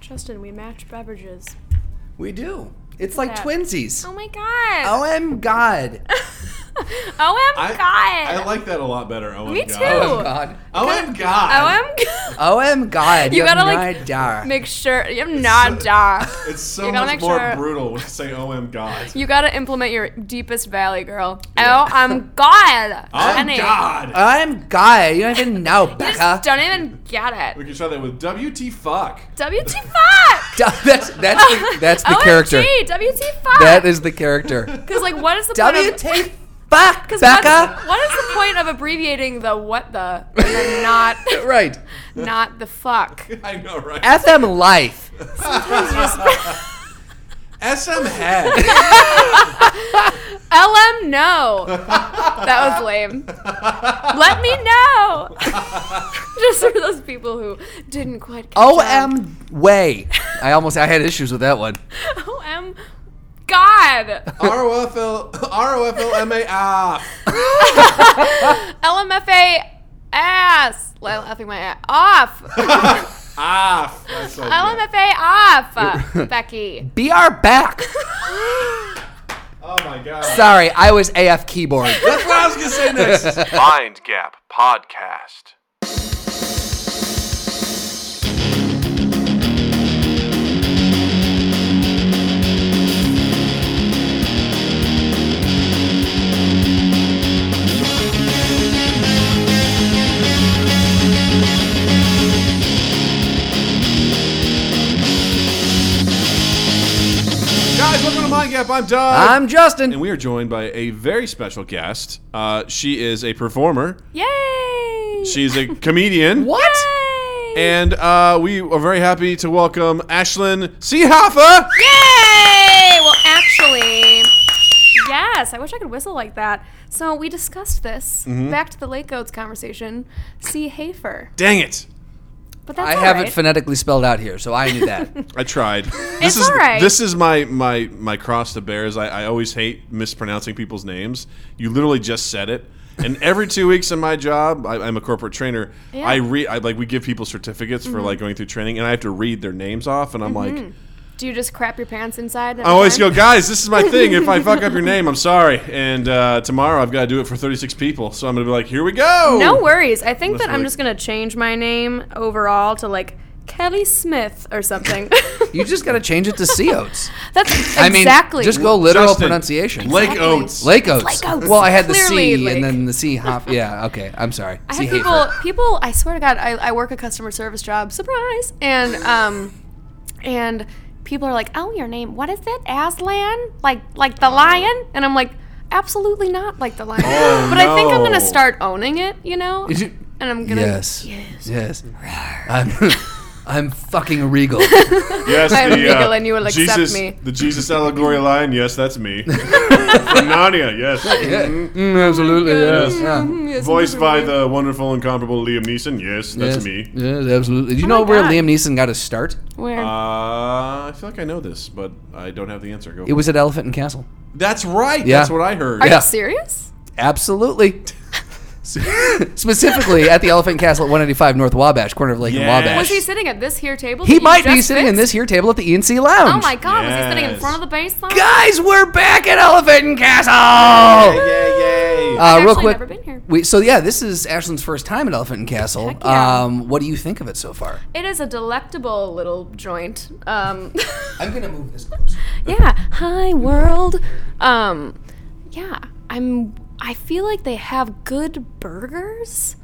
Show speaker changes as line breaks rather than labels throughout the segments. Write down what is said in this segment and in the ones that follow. Justin, we match beverages.
We do. It's like
that.
twinsies.
Oh my god.
OM God.
Oh my
I, I
god.
like that a lot better. Oh
Me
my
too.
God.
Oh God.
Oh my God.
Oh my god.
OM God.
You
have
gotta,
no
like,
idea.
Make sure you have not
so-
dark.
It's so
You gotta
much
make
more
sure-
brutal when you say "OM God."
You gotta implement your deepest valley, girl. Oh, I'm God.
Oh
Honey,
God.
uh,
OM God. You don't even know,
You just
Becca.
don't even get
we
it.
can try that with "WT Fuck."
WT fuck.
that's that's the, that's the character.
OMG, WT fuck.
That is the character.
because like, what is the point of-
WT fuck,
'cause
Becca.
What's, what is the point of abbreviating the what the and then not
Right.
not the fuck?
I know, right?
FM life.
SM head.
LM no. That was lame. Let me know. Just for those people who didn't quite catch on.
OM way. I almost I had issues with that one.
OM God.
ROFL ROFLMAF.
LMFA ass. Well, laughing my ass off.
Off. ah, That's so good.
LMFA off. Becky.
BR back.
Oh my god.
Sorry, I was AF keyboard.
That's what I was gonna say next.
Mind Gap Podcast.
Guys, welcome to Mind Gap. I'm Doug.
I'm
and
Justin.
we are joined by a very special guest. Uh, she is a performer.
Yay.
She's a comedian.
What?
Yay.
And uh, we are very happy to welcome Ashlyn Seehoffa.
Yay! Well, actually, yes, I wish I could whistle like that. So we discussed this
Mm-hmm.
back to the Lake Goats conversation. See Hafer.
Dang it.
But that's
I
all
have it
right.
phonetically spelled out here, so I knew that.
I tried. This
It's
is
all right.
this is my my my cross to bear is I, I always hate mispronouncing people's names. You literally just said it. And every two weeks in my job, I, I'm a corporate trainer.
Yeah. Mm-hmm.
I read I like we give people certificates for like going through training, and I have to read their names off, and I'm like,
Do you just crap your pants inside?
I always go, guys, this is my thing. If I fuck up your name, I'm sorry. And uh, tomorrow I've got to do it for 36 people, so I'm gonna be like, here we go.
No worries. I think that I'm
like-
just gonna change my name overall to like Kelly Smith or something.
You just gotta change it to sea oats.
that's
I mean,
exactly.
just go literal
Justin,
pronunciation.
Lake
Exactly.
Oats.
Lake Oats.
Lake Oats.
Well, I had the
Clearly,
C
like-
and then the C hop. Yeah, okay. I'm sorry.
I
C
had people, people. I swear to God, I, I work a customer service job. Surprise! And um, and people are like, "Oh, your name? What is it? Aslan? Like like the
Oh.
lion?" And I'm like, "Absolutely not like the lion."
Oh,
but I think I'm
no.
gonna start owning it. You know.
Is it-
and I'm gonna.
Yes. Yes. I'm, I'm fucking regal.
Yes,
I'm
the,
legal
uh,
and you will accept
Jesus,
me.
The Jesus allegory line. Yes, that's me. From Narnia. Yes.
Oh
Mm, absolutely.
God.
Yes. Yeah.
Yes,
Voiced by
everybody.
the wonderful, incomparable Liam Neeson. Yes,
yes.
that's me.
Yes, absolutely. Do you
Oh
know
my
where
God.
Liam Neeson got his start?
Where?
Uh, I feel like I know this, but I don't have the answer. Go.
It was at Elephant and Castle.
that's right.
Yeah.
That's what I heard.
are
yeah.
you serious?
Absolutely. Specifically at the Elephant Castle at 185 North Wabash, corner of Lake
Yes.
Was
and Wabash.
he sitting at this here table?
He
that you
might be
just
sitting in
fixed?
this here table at the ENC Lounge.
Oh my God! Was he sitting in
Yes.
front of the baseline?
Guys, we're back at Elephant and Castle.
yay, yay.
Uh,
I've
real
actually
quick,
never been here.
We, so yeah, this is Ashlyn's first time at Elephant and Castle.
Heck yeah.
um, what do you think of it so far?
It is a delectable little joint. Um,
I'm gonna move this closer.
yeah hi world um yeah i'm i feel like they have good burgers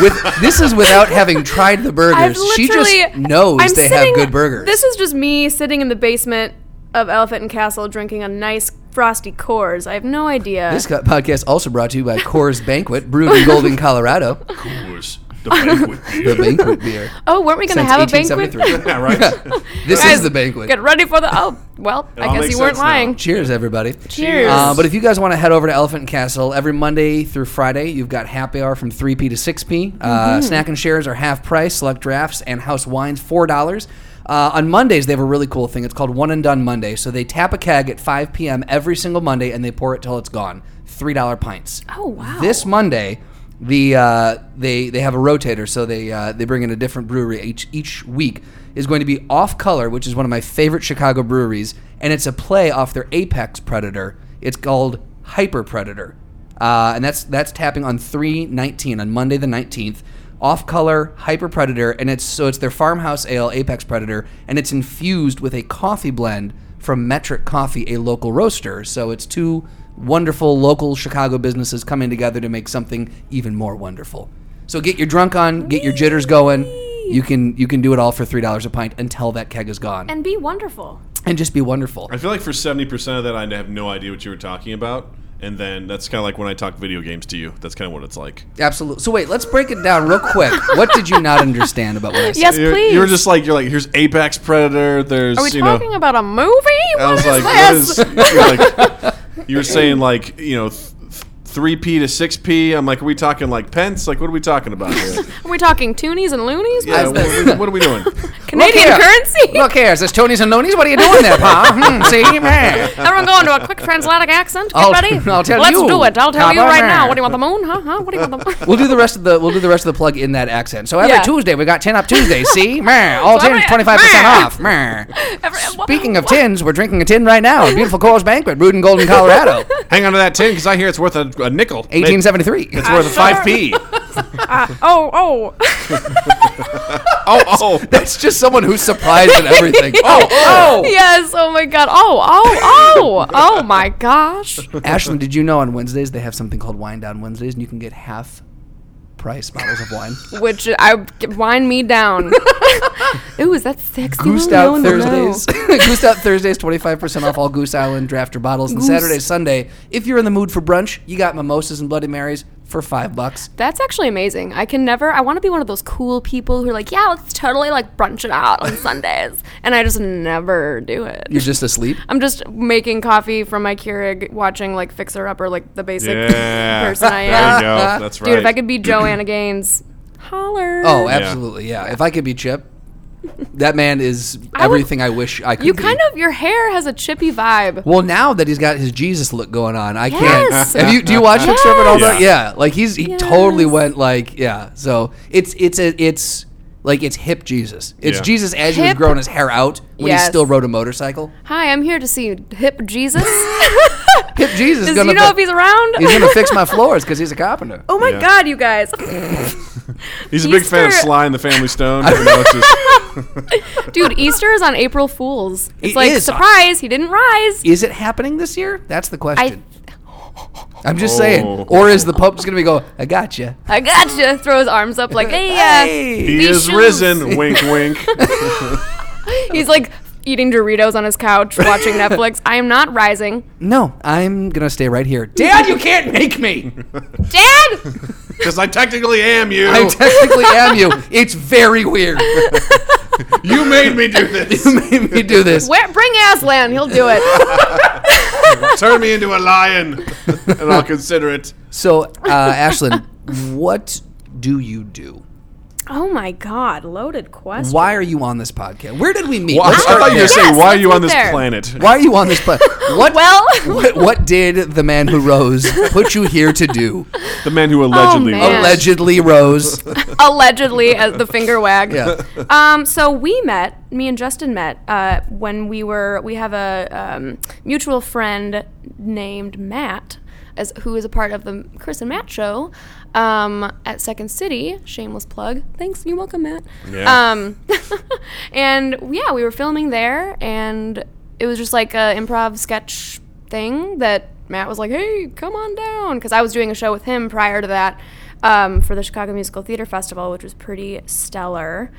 With this is without having tried the burgers.
I've
She just
literally-
knows
I'm
they
sitting-
have good burgers.
this is just me sitting in the basement of elephant and castle drinking a nice frosty cores i have no idea
This co- podcast also brought to you by Coors Banquet, brewed in Golden, Colorado.
Coors, the banquet
The
beer.
banquet beer.
oh weren't we gonna
Since
have a banquet
1873.
yeah, right.
This
Guys,
is the banquet.
get ready for the oh well
all
i guess
makes
you weren't
sense now.
lying
Cheers, everybody.
Cheers.
Uh, but if you guys want to head over to Elephant and Castle, every Monday through Friday, you've got happy hour from 3p to 6p. Uh, Snack and shares are half price, select drafts and house wines, $4. Uh, on Mondays, they have a really cool thing. It's called One and Done Monday. So they tap a keg at 5 p.m. every single Monday and they pour it till it's gone. $3 pints.
oh wow
This Monday, the uh, they they have a rotator, so they uh, they bring in a different brewery each each week is going to be Off Color, which is one of my favorite Chicago breweries, and it's a play off their apex predator. It's called Hyper Predator, uh, and that's that's tapping on three nineteen on Monday the nineteenth. Off Color Hyper Predator, and it's so it's their farmhouse ale Apex Predator, and it's infused with a coffee blend from Metric Coffee, a local roaster. So it's two wonderful local Chicago businesses coming together to make something even more wonderful. So get your drunk on, get your jitters going. You can you can do it all for three dollars a pint until that keg is gone, and,
And be wonderful.
just be wonderful.
I feel like for seventy percent of that, I have no idea what you were talking about, and then that's kind of like when I talk video games to you. That's kind of what it's like.
Absolutely. So wait, let's break it down real quick. What did you not understand about what I said?
Yes,
You're,
please.
you're just like you're like here's Apex Predator. There's
Are we
you
talking
know.
about a movie?
I
What is
was like, what
this?
is? You're like, you were saying like you know. Th- Three P to six P. I'm like, are we talking like pence? Like, what are we talking about here?
Are we talking toonies and loonies?
Yeah,
What is
what, what- what are we doing?
Canadian
here.
currency?
Look here, is this Tony's and Nonies? What are you doing there, Pa? Hmm, see, man.
Everyone go into a quick translatic accent.
I'll-
Everybody,
I'll tell
Let's
you.
do it. I'll tell
How
you
about
right
that?
now. What do you want? The moon? Huh? Huh? What do you want? The moon?
We'll do the rest of the we'll do the rest of the plug in that accent. So every
Yeah.
Tuesday we got tin up Tuesday. See, Meh, all
So
tins
every-
twenty five percent
meh.
off. Meh.
Every- wha-
Speaking of
wha-
tins, we're drinking a tin right now. at Beautiful Coors Banquet, brewed in Golden, Colorado,
Hang on to that tin because I hear it's worth a, a nickel.
eighteen seventy three.
It's worth a five P. Oh
Oh, oh.
oh.
That's just someone who's surprised at everything. Oh, oh!
yes. Oh my God. Oh, oh, oh. Oh my gosh.
Ashlyn, did you know on Wednesdays they have something called Wine Down Wednesdays, and you can get half price bottles of wine.
Which I wind me down. Ooh, is that sexy?
Goose
No,
Out
no, no.
Thursdays. Goose Out Thursdays, 25% off all Goose Island drafter bottles. And Saturday, Sunday, if you're in the mood for brunch, you got mimosas and Bloody Marys for five bucks.
That's actually amazing. I can never. I want to be one of those cool people who are like, yeah, let's totally like brunch it out on Sundays, and I just never do it.
You're just asleep.
I'm just making coffee from my Keurig, watching like Fixer Upper, like the basic
Yeah.
person I
There you
am.
go. That's right.
Dude, if I could be Joanna Gaines, holler.
Oh, absolutely. Yeah. If I could be Chip, that man is
would-
everything I, wish I could
you
be.
kind of your hair has a chippy vibe.
Well, now that he's got his Jesus look going on, I
Yes.
can't. Have you, do you watch Quicksilver and all that?
Yes.
Yeah, like he's he totally
Yes.
went like yeah. So it's it's a it's like it's hip Jesus. It's
Yeah.
Jesus as he was
Hip.
growing his hair out when he
Yes.
still rode a motorcycle.
Hi, I'm here to see hip Jesus.
Hip Jesus
Does
is
you
gonna
know
fi-
if he's around?
he's gonna fix my floors because he's a carpenter.
oh my
Yeah.
God, you guys!
He's a big fan of
Easter-
Sly and the Family Stone. You know, it's just-
Dude, Easter is on April Fools. It's
It
like
is.
surprise, he didn't rise.
Is it happening this year? That's the question. I, am just
Oh.
saying. Or is the Pope just gonna be go? I got you.
I gotcha. Throw his arms up like, hey, yeah.
Hey.
he
These
is
shoes.
risen. Wink, wink.
He's like eating Doritos on his couch, watching Netflix. I am not rising.
No, I'm gonna stay right here. Dad, you can't make me.
Dad!
Because I technically am you.
I technically am you. It's very weird.
you made me do this.
You made me do this.
Where, bring Aslan, he'll do it.
Turn me into a lion, and I'll consider it.
So, uh, Ashlyn, what do you do?
oh my god, loaded question.
Why are you on this podcast? Where did we meet?
Well, I
Let's
thought
start
you were
there.
going to say,
Yes,
why are
let's
you
get
on this
there.
planet?
Why are you on this podcast? What,
Well,
what what did the man who rose put you here to do?
The man who allegedly
Oh, man.
wrote-
Allegedly rose.
allegedly, as the finger wag.
Yeah.
Um, so we met, me and Justin met, uh, when we were, we have a um, mutual friend named Matt, as, who is a part of the Chris and Matt show um, at Second City. Shameless plug. Thanks. You're welcome, Matt.
Yeah.
Um, and yeah, we were filming there, and it was just like a improv sketch thing that Matt was like, "Hey, come on down," because I was doing a show with him prior to that um, for the Chicago Musical Theater Festival, which was pretty stellar.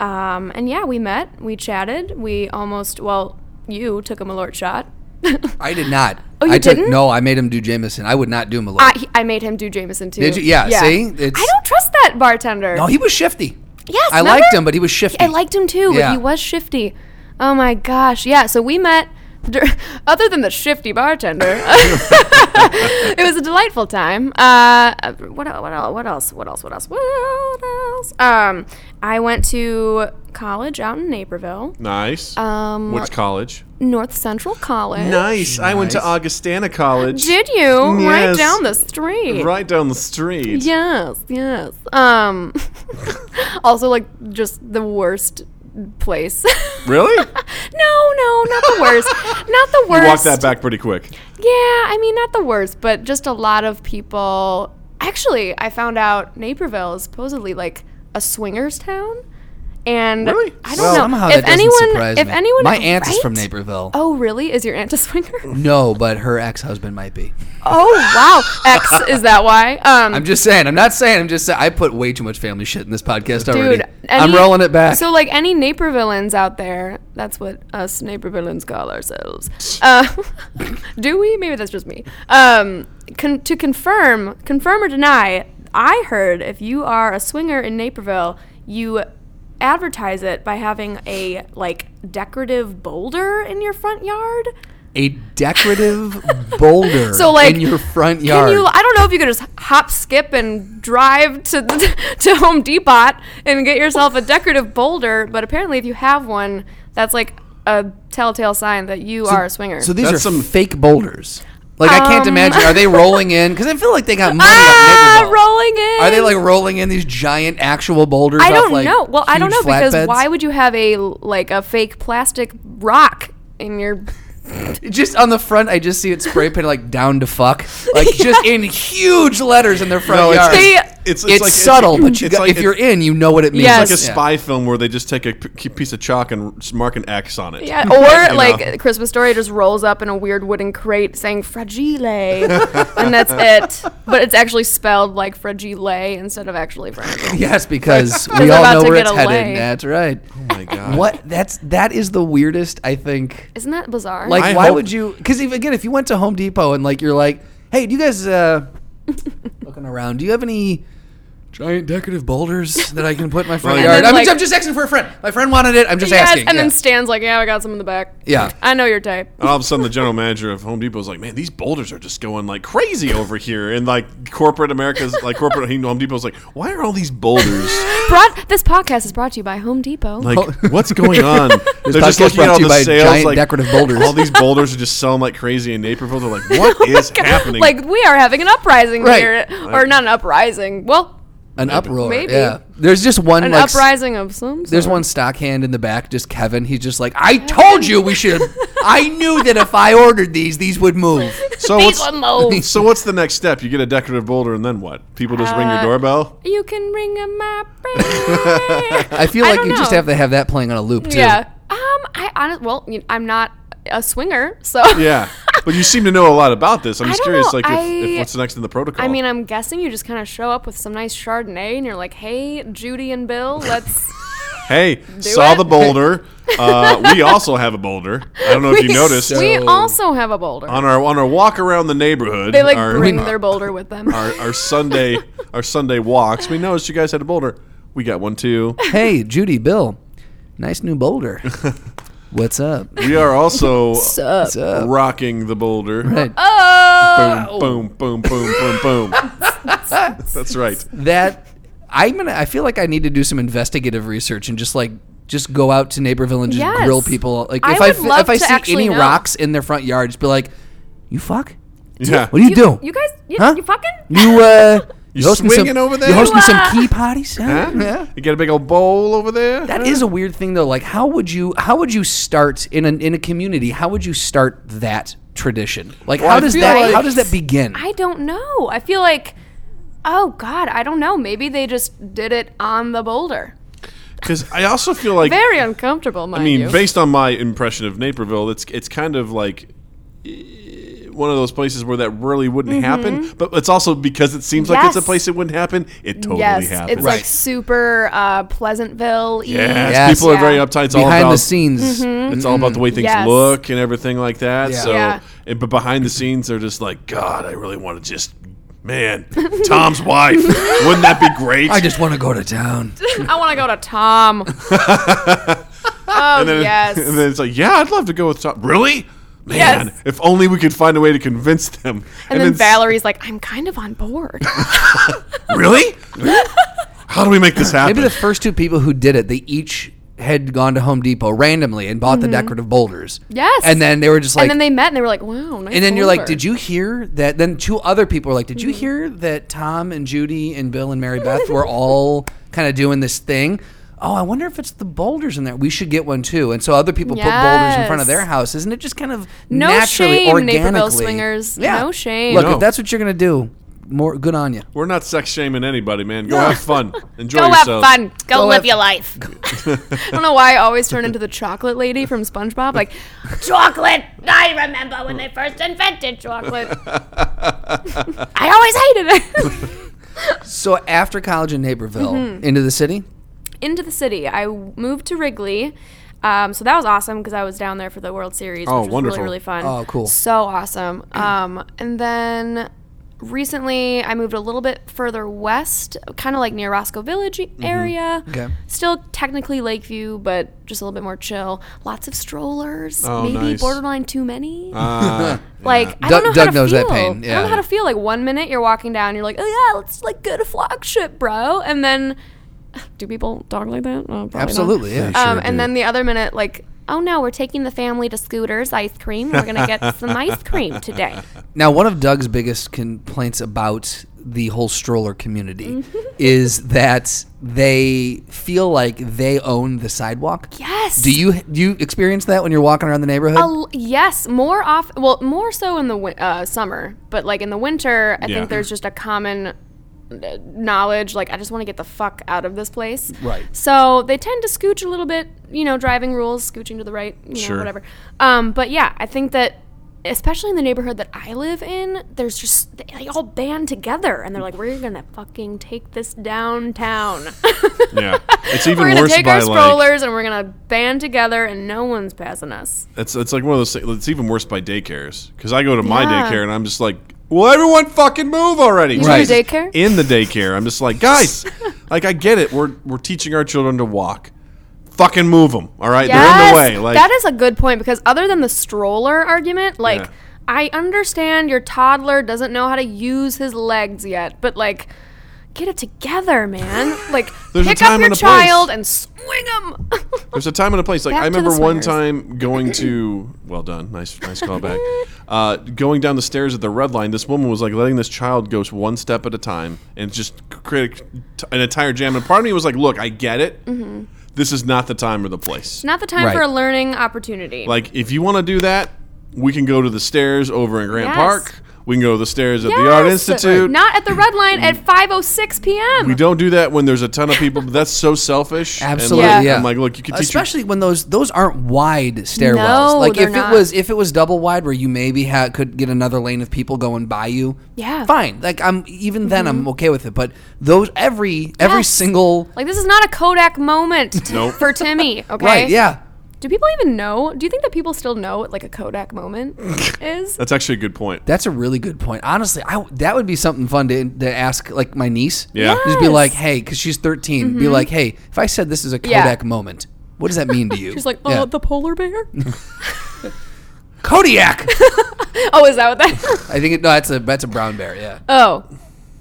Um, and yeah, we met, we chatted, we almost well, you took a Malort shot.
I did not.
Oh, you
I took
didn't?
no. I made him do Jameson. I would not do Malone.
I, he- I made him do Jameson too.
Did you? Yeah, see? It's-
I don't trust that bartender.
no, he was shifty.
Yes,
I
remember?
liked him, but he was shifty.
I liked him too,
Yeah.
but he was shifty. Oh my gosh. Yeah, so we met dur- other than the shifty bartender. it was a delightful time. Uh, what el- what el- what else? What else? What else? What else? Um, I went to college out in Naperville.
Nice.
Um,
Which college?
North Central College.
Nice. I went to
Nice.
Augustana College.
Did you? Right
Yes.
down the street.
Right down the street.
Yes, yes. Um also like just the worst place.
Really?
no, no, not the worst. not the worst.
Walk that back pretty quick.
Yeah, I mean not the worst, but just a lot of people Actually, I found out Naperville is supposedly like a swingers town. And
Really?
I don't
Well,
know.
somehow
if
that doesn't
anyone
surprise
if
me.
anyone
my aunt is from
right?
Naperville.
Oh, really? Is your aunt a swinger?
No, but her ex-husband might be.
oh, wow. X is that why? Um
I'm just saying. I'm not saying. I'm just saying. I put way too much family shit in this podcast already.
Dude,
I'm
any-
rolling it back.
So, like any Napervillians out there, that's what us Napervillians call ourselves. Uh, do we? Maybe that's just me. Um, con- to confirm, confirm or deny, I heard if you are a swinger in Naperville, you advertise it by having a like decorative boulder in your front yard.
a decorative boulder
So, like,
in your front
Can
yard.
you? I don't know if you could just hop, skip, and drive to to Home Depot and get yourself a decorative boulder. But apparently, if you have one, that's like a telltale sign that you are a swinger.
so these
That's
are
some-
fake boulders. Like I can't
Um,
imagine. Are they rolling in? Because I feel like they got money.
ah,
up Naperville.
rolling in.
Are they like rolling in these giant actual boulders?
I
off,
don't
like,
know. Well, I don't know
huge
because
flatbeds?
why would you have a like a fake plastic rock in your?
Just on the front, I just see it spray painted like "down to fuck," like just in huge letters in their front
No, it's-
yard.
They-
It's,
it's subtle, but you
it's
got,
like-
if you're in, you know what it means.
Yes.
It's like a
Yeah.
spy film where they just take a p- piece of chalk and s- mark an X on it. Oh
Yeah, or
You
like
know?
Christmas story just rolls up in a weird wooden crate saying fragile, and that's it. But it's actually spelled like fragile instead of actually fragile.
Yes, because we
It's
all
about
know
to
where
get
it's
away.
headed. That's right.
Oh my god.
What? That's that is the weirdest. I think.
Isn't that bizarre?
Like,
I
why
hope-
would you? Because again, if you went to Home Depot and like you're like, hey, do you guys uh, looking around? Do you have any giant decorative boulders that I can put in my front
And
yard?
then,
I'm,
like-
I'm just asking for a friend. My friend wanted it. I'm just
yes,
asking.
and
yeah.
then Stan's like, yeah, I got some in the back.
Yeah.
I know your type.
And all of a sudden, the general manager of Home Depot is like, "Man, these boulders are just going like crazy over here." And like corporate America's, like corporate Home Depot's like, "Why are all these boulders?
Brought, this podcast is brought to you by Home Depot.
Like, what's going on?" They're
podcast
just looking at
brought
all
to you
the
by
sales,
giant
like
decorative boulders.
All these boulders are just selling like crazy in Naperville. They're like, "What is happening?"
Oh Like, we are having an uprising
Right.
here, or not an uprising. Well,
An uproar.
Maybe.
Yeah. There's just one.
an
like, s-
uprising of some.
There's
sort.
one stockhand in the back, just Kevin. He's just like, I told you we should. I knew that if I ordered these, these would move.
so
These
what's
one move.
so what's the next step? You get a decorative boulder, and then what? People just ring your
Uh,
doorbell.
You can ring a my
I feel
I
like
don't
you just
know.
have to have that playing on a loop too.
Yeah. Um. I honest. Well, you I'm not a swinger, so.
Yeah, but you seem to know a lot about this. I'm
I
just
don't
curious,
know.
like, if, if
I-
what's next in the protocol?
I mean, I'm guessing you just kind of show up with some nice Chardonnay, and you're like, "Hey, Judy and Bill, let's."
hey, saw
it.
the boulder. Uh, we also have a boulder. I don't know if you noticed.
We
So-
also have a boulder.
on our on our walk around the neighborhood,
They like
our,
bring
our,
their boulder with them.
our Sunday our Sunday walks, we noticed you guys had a boulder. We got one too.
Hey, Judy, Bill, nice new boulder. What's up?
We are also
What's up?
rocking the boulder.
Right.
oh,
Boom, boom, boom, boom, boom, boom. That's right.
That I'm gonna. I feel like I need to do some investigative research and just like just go out to Naperville and just
Yes.
grill people. Like
I
if I,
would
f-
love
if I
to
see
actually
any
know.
rocks in their front yard, just be like, "You fuck?
Yeah.
What do you, do?
You guys, you,
Huh?
you fucking?
You uh, you
swinging
some,
over there?
You hosting
You,
some
uh,
key parties? Huh? Yeah.
You got a big old bowl over there.
That is a weird thing though. Like, how would you how would you start in an in a community? How would you start that tradition? Like,
Well,
how
I
does
feel
that
like-
how does that begin?
I don't know. I feel like, oh God, I don't know. Maybe they just did it on the boulder.
Because I also feel like
Very uncomfortable, mind
I mean,
you.
based on my impression of Naperville, it's it's kind of like eh, one of those places where that really wouldn't happen. But it's also because it seems like it's
Mm-hmm.
a
Yes.
place it wouldn't happen. It totally
yes,
happens.
it's like
Right.
super uh, Pleasantville.
yes,
Yes.
people are very
Yeah.
uptight. It's all
Behind
about
the scenes,
Mm-hmm.
It's all about the way things
Yes.
look and everything like that.
Yeah.
So,
Yeah.
and- but behind the scenes, they're just like, God, I really want to just, man, Tom's wife. Wouldn't that be great?
I just want to go to town.
I want to go to Tom. oh
and then,
yes.
and then it's like, yeah, I'd love to go with Tom. Really? Man,
Yes.
if only we could find a way to convince them.
and then
s-
Valerie's like, I'm kind of on board.
Really? How do we make this happen?
Maybe the first two people who did it, they each had gone to Home Depot randomly and bought the decorative boulders.
Mm-hmm. Yes.
And then they were just like,
and then they met and they were like, wow, nice.
and then you're like, did you hear that? Then two other people were like, did you
Mm-hmm.
hear that Tom and Judy and Bill and Mary Beth were all kind of doing this thing? Oh, I wonder if it's the boulders in there. We should get one too. And so other people put boulders in front of their
Yes.
house. Isn't it just kind of
No
naturally,
shame,
organically?
Naperville swingers.
Yeah.
No shame.
Look,
No.
if that's what you're gonna do, more good on you.
We're not sex shaming anybody, man. Go have fun. Enjoy
Go have
yourself.
fun. Go,
Go
live
have-
your life. I don't know why I always turn into the chocolate lady from SpongeBob. Like, chocolate. I remember when they first invented chocolate. I always hated it.
So after college in Naperville,
Mm-hmm.
into the city.
into the city. I moved to Wrigley. Um, so that was awesome because I was down there for the World Series,
Oh,
which was
wonderful.
really, really fun.
Oh, cool.
So awesome. Um, and then recently I moved a little bit further west, kind of like near Roscoe Village e- area.
Mm-hmm. Okay.
Still technically Lakeview, but just a little bit more chill. Lots of strollers,
Oh,
maybe
nice.
borderline too many.
Ah,
Like I
Doug-
don't know
Doug
how to
knows
feel.
that pain,
I don't
yeah.
know how to feel. Like one minute you're walking down, you're like, oh yeah, let's like go to flagship, bro, and then do people talk like that? Oh, probably not.
Absolutely, yeah.
Um, and then the other minute, like, oh no, we're taking the family to Scooters ice cream. We're gonna get some ice cream today.
Now, one of Doug's biggest complaints about the whole stroller community
Mm-hmm.
is that they feel like they own the sidewalk.
Yes.
Do you do you experience that when you're walking around the neighborhood?
A l- yes, more off. Well, more so in the win- uh, summer, but like in the winter, I
Yeah.
think there's just a common uh, knowledge. Like, I just want to get the fuck out of this place.
Right.
So they tend to scooch a little bit. You know, driving rules, scooching to the right. You know,
Sure.
Whatever. Um, but yeah, I think that. Especially in the neighborhood that I live in, there's just they, they all band together and they're like, "We're gonna fucking take this downtown.
yeah. It's
we're
even
gonna
worse
take
by
our
like
strollers and we're gonna band together and no one's passing us."
it's it's like one of those. thi- It's even worse by daycares because I go to my
Yeah.
daycare and I'm just like, will everyone fucking move already?
You
Right.
go to daycare?
in the daycare. I'm just like, guys, like I get it. We're we're teaching our children to walk. Fucking move them. All right, they're in the way. Like
that is a good point because other than the stroller argument, like
Yeah.
I understand your toddler doesn't know how to use his legs yet, but like get it together, man. Like
There's a
pick
time
up your
and a place.
child and swing him.
there's a time and a place. Like
Back
I
to the
remember one
swingers.
time going to well done, nice nice callback. uh, going down the stairs at the red line, this woman was like letting this child go one step at a time and just c- create a, t- an entire jam. And part of me was like, look, I get it.
Mm-hmm.
This is not the time or the place.
Not the time for
Right.
a learning opportunity.
Like if you want to do that, we can go to the stairs over in Grant
Yes.
Park. We can go to the stairs at the Art
Yes!
Institute. Mm.
Not at the red line at 5:06 p.m.
We don't do that when there's a ton of people. But that's so selfish. And, like,
Absolutely,
Yeah.
yeah.
I'm like, look, you could teach.
especially when those those aren't wide stairwells.
No,
like
they're
if
not.
it was if it was double wide where you maybe ha- could get another lane of people going by you.
Yeah. Mm-hmm.
fine. Like I'm even then I'm okay with it. But those every every
Yes.
single
Like this is not a Kodak moment t-
Nope.
for Timmy. Okay.
right, yeah.
Do people even know? Do you think that people still know what like a Kodak moment is?
That's actually a good point.
That's a really good point. Honestly, I that would be something fun to, to ask like my niece.
Yeah.
Just
Yes.
be
Mm-hmm.
like, hey, because she's 13. Be like, hey, if I said this is a
Yeah.
Kodak moment, what does that mean to you?
She's like, oh,
Yeah.
the polar bear.
Kodiak.
oh, is that what that?
I think it, no, that's a that's a brown bear. Yeah.
oh,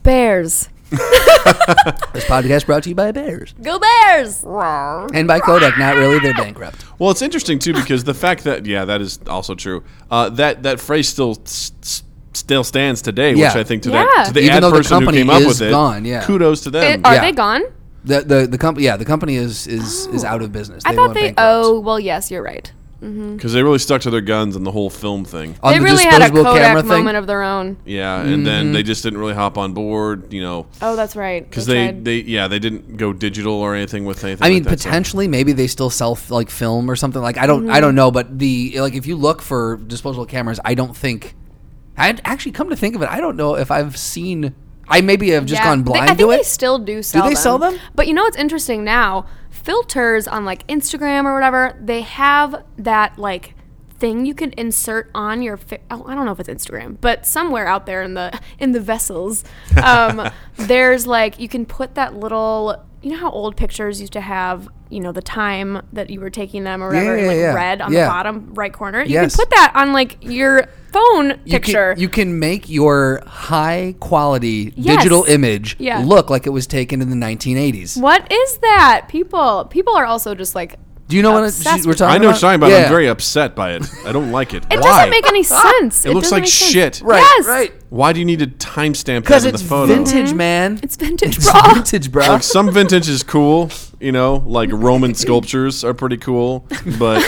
bears.
This podcast brought to you by Bears
Go bears.
Um, and by Kodak. Not really, they're bankrupt.
Well, it's interesting too because the fact that yeah, that is also true. Uh, that that phrase still s- s- still stands today,
Yeah.
which I think to
Yeah.
that to the
Even
ad
though the
person who
company
came up
is
with it.
gone, yeah.
Kudos to them.
It- are
Yeah.
they gone?
The the the company yeah the company is is is out of business.
Oh. I thought
went
they.
bankrupt.
Oh, well, yes, you're right.
because they really stuck to their guns and the whole film thing.
on
they
the
really had a
disposable camera
Kodak
thing?
moment of their own.
Yeah, and
Mm-hmm.
then they just didn't really hop on board, you know,
Oh, that's right.
because they, they yeah they didn't go digital or anything with anything.
I mean,
like that, so-
potentially, maybe they still sell f- like film or something. Like I don't, I
Mm-hmm.
don't know. But the like, if you look for disposable cameras, I don't think. I actually come to think of it, I don't know if I've seen. I maybe have just
Yeah,
gone
they-
blind
I think
to
they
it.
still do sell.
they
them.
sell them?
But you know what's interesting now? Filters on like Instagram or whatever, they have that like thing you can insert on your. Fi- oh, I don't know if it's Instagram, but somewhere out there in the in the vessels, um, there's like you can put that little. You know how old pictures used to have, you know, the time that you were taking them or whatever,
yeah,
like
yeah.
red on
Yeah.
the bottom right corner. You
Yes.
can put that on like your phone
you
picture.
Can, you can make your high quality
Yes.
digital image
Yeah.
look like it was taken in the 1980s.
What is that? People people are also just like
Do you know what
Obsessed
it- we're
with
talking
I know
about?
what you're talking about.
Yeah.
I'm very upset by it. I don't like it.
It
Why?
doesn't make any sense.
It, looks
doesn't
like
make sense.
shit.
Right,
Yes.
right.
Why do you need to timestamp that
Because
in the
it's
photo?
vintage, man.
It's vintage
It's
bra.
vintage, bro.
Like some vintage is cool, you know, like Roman sculptures are pretty cool, but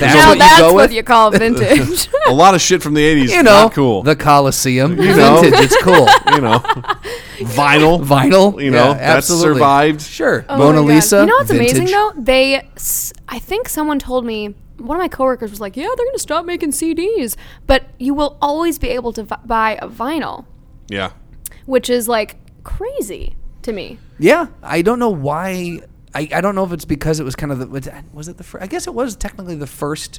That's
Now
what
that's
you go
what
with.
you call vintage.
a lot of shit from the 80s
you know,
not cool.
the Coliseum.
know.
Vintage. It's cool.
you know, vinyl.
Vinyl.
You know,
Yeah,
that's
absolutely.
survived.
Sure.
Oh
Mona
my God.
Lisa.
You know what's
vintage.
amazing though? They, s- I think someone told me. One of my coworkers was like, "Yeah, they're gonna stop making CDs, but you will always be able to vi- buy a vinyl,
Yeah.
which is like crazy to me."
Yeah, I don't know why. I, I don't know if it's because it was kind of the was- was it the first, I guess it was technically the first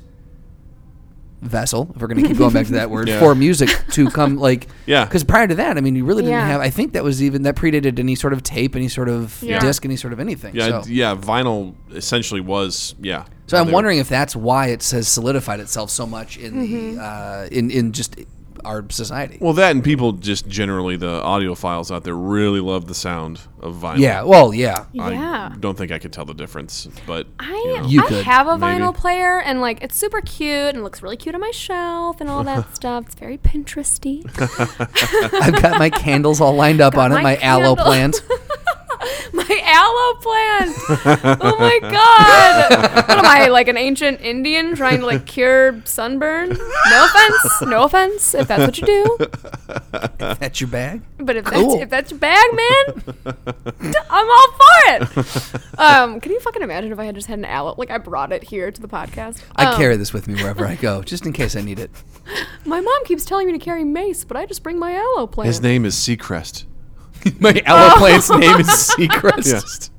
vessel if we're going to keep going back to that word
Yeah.
for music to come like
Yeah.
because prior to that I mean you really didn't
Yeah.
have I think that was even that predated any sort of tape any sort of
Yeah.
disc any sort of anything
Yeah,
so,
yeah, vinyl essentially was, yeah.
so
how
I'm
they-
wondering if that's why it has solidified itself so much in
Mm-hmm.
the uh, in in just our society
Well, that and people just generally, the audiophiles out there really love the sound of vinyl.
yeah well yeah
I
yeah,
don't think I could tell the difference, but
I
you know.
You
I
could,
have a
maybe.
vinyl player and like it's super cute and looks really cute on my shelf and all that stuff. It's very Pinteresty.
I've got my candles all lined up on it
my
my aloe
candle.
plant
my aloe plant. oh my god! What am I like an ancient Indian trying to like cure sunburn? No offense, no offense if that's what you do.
that's your bag
But if
Cool.
that's if that's your bag, man, d- I'm all for it. Um, can you fucking imagine if I had just had an aloe? Like I brought it here to the podcast.
I
Um,
carry this with me wherever I go, just in case I need it.
My mom keeps telling me to carry mace, but I just bring my aloe plant.
his name is Seacrest.
My
Oh.
aloe plant's name is Seacrest.
Yes.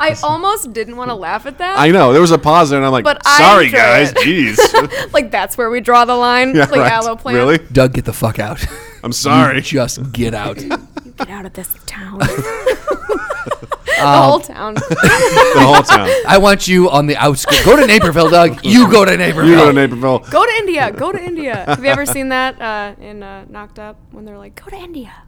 I almost didn't want to laugh at that.
I know. There was a pause there, and I'm like,
But I
sorry,
enjoy
guys.
it."
Jeez.
like that's where we draw the line.
Yeah,
like
right.
aloe plant.
Really?
Doug, get the fuck out.
I'm sorry.
Just get out.
Get out of this town. the whole town.
the whole town.
I want you on the outskirts. Go to Naperville, Doug. You go to Naperville.
You go to Naperville.
go to India. Go to India. Have you ever seen that uh, in uh, Knocked Up when they're like, go to India?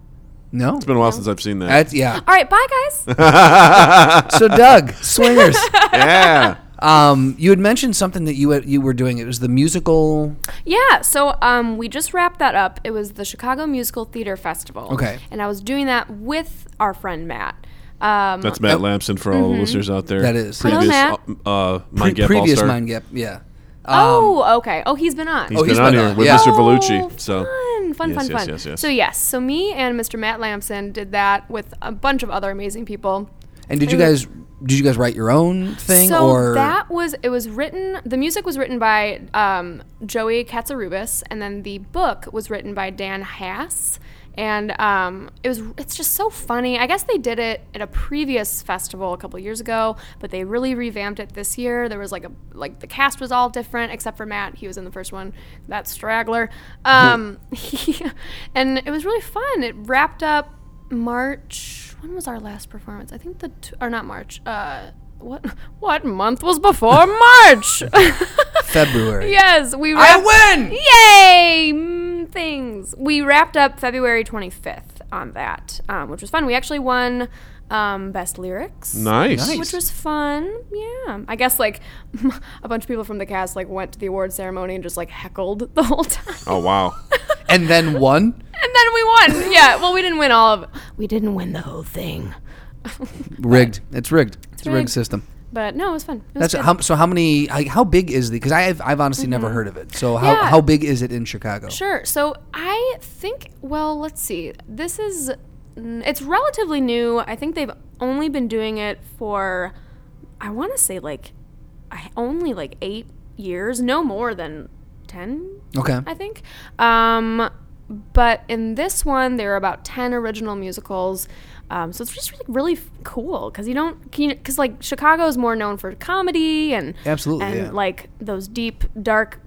No.
It's been a while since I've seen that.
That's, yeah.
All right, bye guys.
So, Doug, swingers.
yeah.
Um, you had mentioned something that you had- you were doing. It was the musical.
yeah. So um, we just wrapped that up. It was the Chicago Musical Theater Festival.
Okay.
And I was doing that with our friend Matt. Um,
That's Matt Lamson for all the listeners out there.
Mm-hmm. That is. Hello,
Previous,
Matt.
uh, uh, Mind Gap
previous
All-Star.
mind gap. Yeah.
oh, okay. Oh, he's been on.
um, He's
he's
been on
been
here
on,
with
yeah.
Mr.
Oh,
Bellucci. So
fun, fun,
Yes,
fun,
yes,
fun.
yes, yes.
So yes, so me and Mr. Matt Lamson did that with a bunch of other amazing people.
And did you
Anyway.
guys did you guys write your own thing
so
or
that was it was written. The music was written by um, Joey Katsarubis, and then the book was written by Dan Hass. And um, it was it's just so funny. I guess they did it at a previous festival a couple years ago, but they really revamped it this year. There was like a like the cast was all different except for Matt. He was in the first one. That straggler. Um, and it was really fun. It wrapped up March. When was our last performance? I think the t- or not March. Uh, what what month was before March?
February?
yes, we.
I
Wrapped,
win.
Yay! Mm, things. We wrapped up February 25th on that, um, which was fun. We actually won um, best lyrics.
nice.
Nice.
Which was fun, yeah. I guess like a bunch of people from the cast like went to the award ceremony and just like heckled the whole time.
Oh wow.
And then one.
And then we won. Yeah. Well, we didn't win all of. We didn't win the whole thing.
Rigged. It's rigged. It's, a rigged
rigged.
system.
But no, it was fun. It was
That's
good. Mm-hmm.
how, so. How many? Like, how big is the? Because I've I've honestly never heard of it. So how,
Yeah.
how big is it in Chicago?
Sure. So I think, well, let's see. This is, mm, it's relatively new. I think they've only been doing it for, I want to say like, I only like eight years, no more than 10,
Okay.
I think. Um, but in this one, there are about 10 original musicals. Um, so it's just really, really f- cool because you don't, because like Chicago is more known for comedy and
Absolutely,
and
yeah.
like those deep, dark,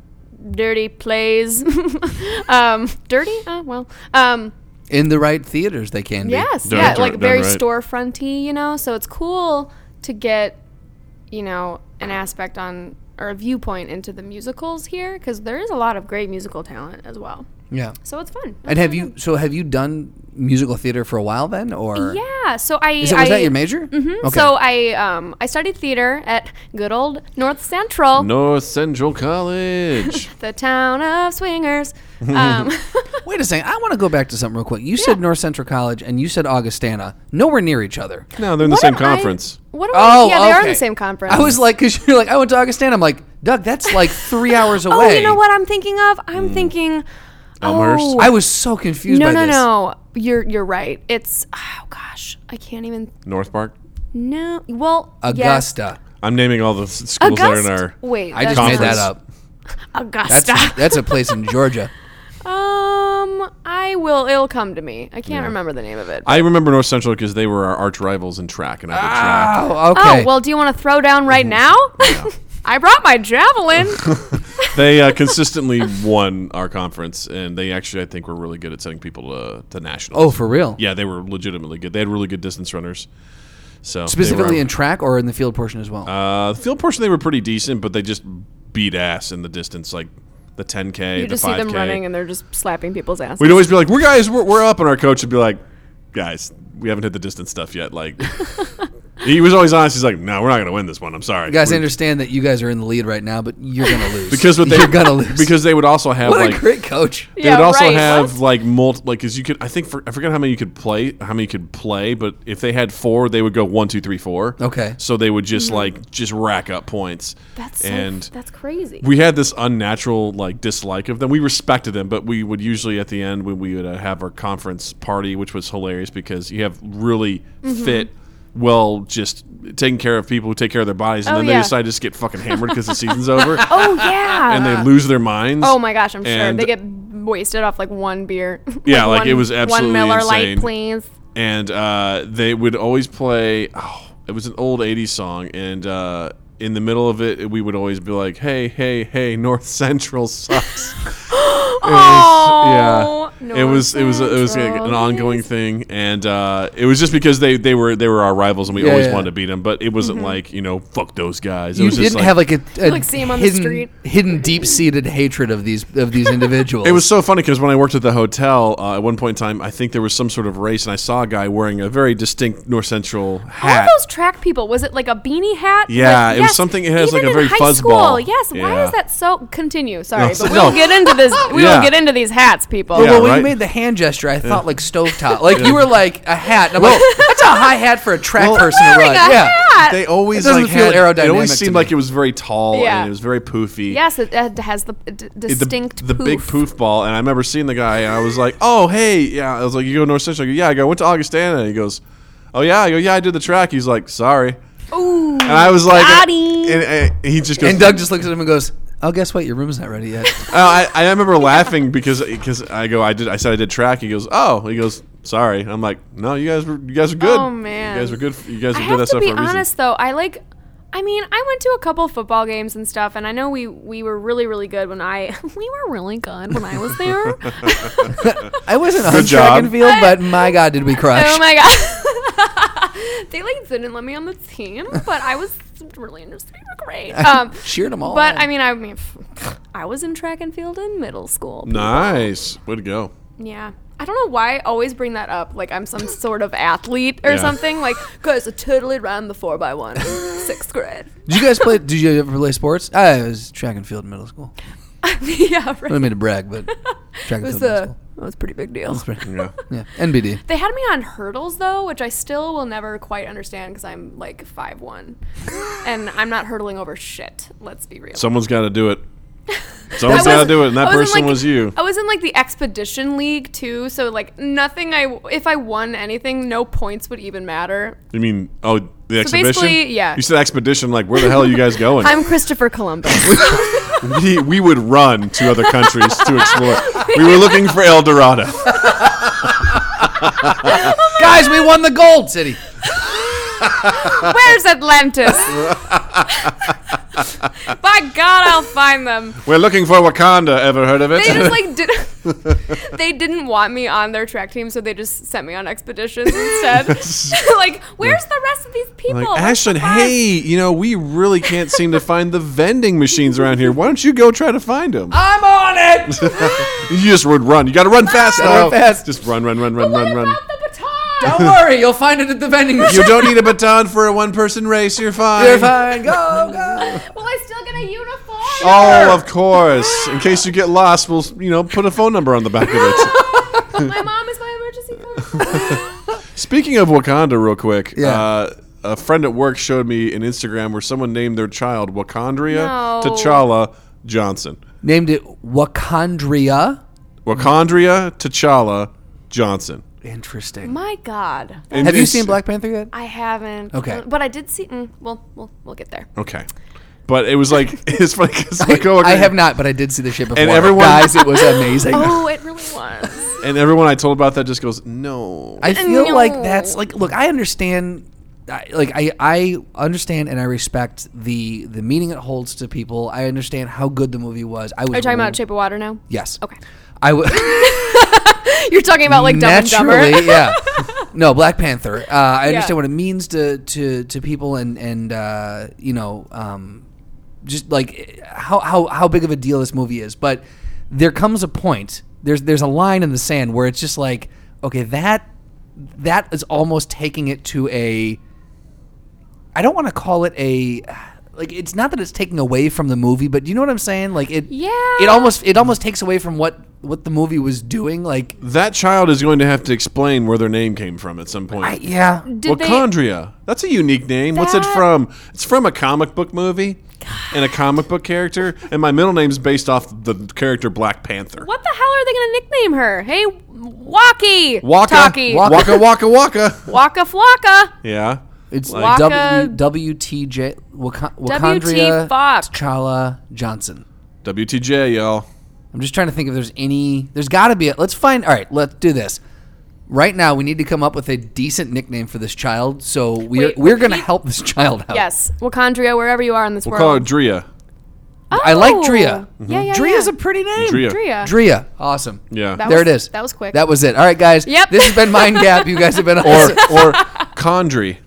dirty plays. um, dirty? Oh, well. Um,
In the right theaters, they can be.
yes,
Done
yeah,
right-
like
done
very
right.
storefronty, you know. So it's cool to get, you know, an aspect on or a viewpoint into the musicals here because there is a lot of great musical talent as well.
Yeah.
So it's fun.
And have
Mm-hmm.
you so have you done musical theater for a while then or
Yeah. So I.
Is it, was
I-
that your major?
Mhm.
Okay.
So I um I studied theater at good old North Central,
North Central College.
the town of swingers. Um,
Wait a second. I want to go back to something real quick. You said North Central College and you said Augustana. Nowhere near each other.
no, they're in the
what
same
am I-
conference.
what am I,
Oh,
yeah, they are in
okay.
the same conference.
I was like, because you're like, I went to Augustana. I'm like, Doug, that's like three hours away.
Oh,
Mm.
you know what I'm thinking of? I'm thinking.
Elmhurst?
Oh,
I was so confused.
no,
by
no,
this.
no. You're you're right. It's oh gosh, I can't even.
North Park.
No. Well, yes.
Augusta.
I'm naming all the s- schools that are in
August-
our.
Wait,
I just
that's-
made that
Conference.
up.
Augusta.
That's that's a place in Georgia.
um, I will. It'll come to me. I can't remember the name of it.
I remember North Central because they were our arch rivals in track, and I did track.
Oh, okay.
Oh well, do you want to throw down right now? I brought my javelin.
They uh, consistently won our conference, and they actually, I think, were really good at sending people to, to nationals.
oh, for real?
yeah, they were legitimately good. They had really good distance runners. So they were-
Specifically in track or in the field portion as well?
uh, the field portion, they were pretty decent, but they just beat ass in the distance, like the 10k,
you
the
just
5k.
see them running and they're just slapping people's asses.
We'd always be like, "We're guys, we're, we're up," and our coach would be like, "Guys, we haven't hit the distance stuff yet." Like, he was always honest. He's like, "No, we're not going to win this one. I'm sorry,
you guys
We-
understand that you guys are in the lead right now, but you're gonna lose
Because what they
you're gonna lose.
because they would also have
what
like
a great coach.
they would
Yeah,
also
right,
have
what?
like multi like because you could I think for, I forget how many you could play how many you could play, but if they had four, they would go one two three four.
Okay.
so they would just like just rack up points.
Hmm. that's so,
and
that's crazy.
we had this unnatural like dislike of them. We respected them, but we would usually at the end when we would uh, have our conference party, which was hilarious because you have really
Mm-hmm.
fit, well, just taking care of people who take care of their bodies, and
Oh,
then they
yeah.
decide to just get fucking hammered because the season's over,
oh yeah.
and they lose their minds.
oh my gosh, I'm sure
And-
they get wasted off like one beer.
Yeah, like, it was absolutely
one Miller
insane.
Lite, please.
and uh, they would always play. Oh, it was an old '80s song, and uh, in the middle of it, we would always be like, "Hey, hey, hey, North Central sucks." It was- yeah, it was it was it was like an ongoing thing, and uh, it was just because they they were they were our rivals, and we
Yeah,
always
yeah.
wanted to beat them. But it wasn't like you know, fuck those guys. It
You
was
didn't
just like,
have like a, a
like, see 'em on the
hidden,
street.
hidden deep seated hatred of these of these individuals.
It was so funny because when I worked at the hotel, uh, at one point in time, I think there was some sort of race, and I saw a guy wearing a very distinct North Central
All
hat.
those track people. Was it like a beanie hat?
Yeah,
Like,
it was something- it has, like,
even
a
in
very
high
fuzz
school,
ball.
Yes. Why
Yeah.
is that so? Continue. Sorry,
so-
but we'll
no.
get into this. We
Yeah.
will get into these hats, people.
Yeah.
Oh, well, when
right?
you made the hand gesture, I thought like stovetop. Like you were like a hat. And I'm like, that's a high hat for a track
Well- Oh
person to
Wearing
ride.
a
yeah.
hat.
They always
doesn't
like
feel
had, It
aerodynamic to
always seemed like
me.
it was very tall
Yeah.
and it was very poofy.
Yes, it, it has the uh, d-
It- the-
distinct
the, big poof ball, and I remember seeing the guy, and I was like, "Oh, hey, yeah." I was like, "You go to North Central?" I go, "Yeah." I go, "I went to Augustana." And he goes, "Oh yeah." I go, "Yeah, I did the track." He's like, "Sorry,"
Ooh.
and I was like,
Got
and,
him.
and uh, he just goes,
And Doug just looks at him and goes, "Oh, guess what? Your room's not ready yet."
Oh, I, I remember laughing because because I go, I did, I said I did track. He goes, "Oh," he goes, "Sorry." I'm like, "No, you guys were, you guys are good.
Oh, man.
you guys were good. You guys
I
did
have
that
to
stuff
be
for a reason."
honest though. I like. I mean, I went to a couple football games and stuff, and I know we we were really really good when I we were really good when I was there.
I wasn't on track
job.
and field, but my God, did we crush!
oh my god, they like didn't let me on the team, but I was really in grade. Um,
Cheered them all.
but
on.
I mean, I mean, I was in track and field in middle school.
Nice, way to go.
Yeah. I don't know why I always bring that up. Like I'm some sort of athlete or
Yeah.
something. Like, guys, I totally ran the four by one in sixth grade.
Did you guys play? Did you ever play sports? I was track and field in middle school.
yeah, right.
I don't mean to brag, but track
It
and
was
field middle
the
school.
that was a pretty big deal.
Yeah.
Yeah, NBD.
They had me on hurdles though, which I still will never quite understand because I'm like five one, and I'm not hurdling over shit. Let's be real.
Someone's got to do it.
I
Someone's got
was-
to do it, and that
I in,
person
like- Oh.
was you.
I was in like the expedition league too, so like nothing. I if I won anything, no points would even matter.
You mean oh the exhibition?
basically, yeah.
You said expedition. Like where the hell are you guys going?
I'm Christopher Columbus.
we, we would run to other countries to explore. We were looking for El Dorado.
Oh
Guys, we won the gold city.
Where's Atlantis? By God, I'll find them.
We're looking for Wakanda. Ever heard of it?
They just like did. they didn't want me on their track team, so they just sent me on expeditions instead. like, where's the rest of these people?
like,
Where's
Ashlyn,
the five?"
hey, you know, we really can't seem to find the vending machines around here. Why don't you go try to find them?
Ah.
I'm on it.
you just would run. You got to run fast.
Gotta run
though.
fast.
Just run, run, run,
But
run,
what
run, run.
about the baton?
Don't worry, you'll find it at the vending machine.
You don't need a baton for a one-person race. You're fine.
You're fine. Go go.
Will I still get a uniform?
Oh, of course. In case you get lost, we'll you know put a phone number on the back of it.
My mom is my emergency phone.
Speaking of Wakanda, real quick.
Yeah.
Uh, a friend at work showed me an Instagram where someone named their child Wakandria
No.
T'Challa Johnson.
Named it Wakandria.
Wakandria T'Challa Johnson.
Interesting.
my God,
And
Have you
this-
seen Black Panther yet?
I haven't.
Okay.
but I did see. Mm, well, we'll we'll get there.
Okay. But it was like it's funny 'cause, like, oh, okay.
I have not, but I did see the ship before.
everyone-
guys, it was amazing.
Oh, it really was.
and everyone I told about that just goes no.
I feel
No.
like that's like look, I understand I, like I, I understand and I respect the the meaning it holds to people. I understand how good the movie was. I was
Are you talking about
Mm.
Shape of Water now?
Yes.
Okay.
I would
You're talking about like Dumb and
naturally,
Dumber.
yeah. No, Black Panther. Uh, I understand
Yeah.
what it means to to to people, and and uh, you know, um, just like how how how big of a deal this movie is. But there comes a point. There's there's a line in the sand where it's just like, okay, that that is almost taking it to a. I don't want to call it a. Like it's not that it's taking away from the movie, but you know what I'm saying? Like it,
Yeah.
It almost it almost takes away from what what the movie was doing. Like
That child is going to have to explain where their name came from at some point.
I, yeah,
Did they-
Wakandria. That's a unique name. What's it
That-
from? It's from a comic book movie and a comic book character. And my middle name's based off the character Black Panther.
What the hell are they going to nickname her? Hey, Walkie.
Waka,
Talkie.
Waka, Waka, Waka.
Waka Flocka.
Yeah.
It's
Like-
W
Waka-
W T J Waka-
WT
Wakandria
Fox.
T'Challa Johnson.
WTJ, y'all.
I'm just trying to think if there's any. There's got to be. A, let's find. All right, let's do this. Right now, we need to come up with a decent nickname for this child. So we're
Wait,
we're gonna
repeat?
help this child out.
Yes, Wakandria, wherever you are in this
We'll call her
world.
Dria.
I like Drea.
Oh. Yeah, yeah,
Drea's
yeah.
a pretty name.
Drea.
Drea.
Drea. Awesome.
Yeah.
That
there
was-
it is.
that was quick.
That was it. All right, guys.
Yep.
This has been Mind Gap. You guys have been
or
awesome.
or Condry.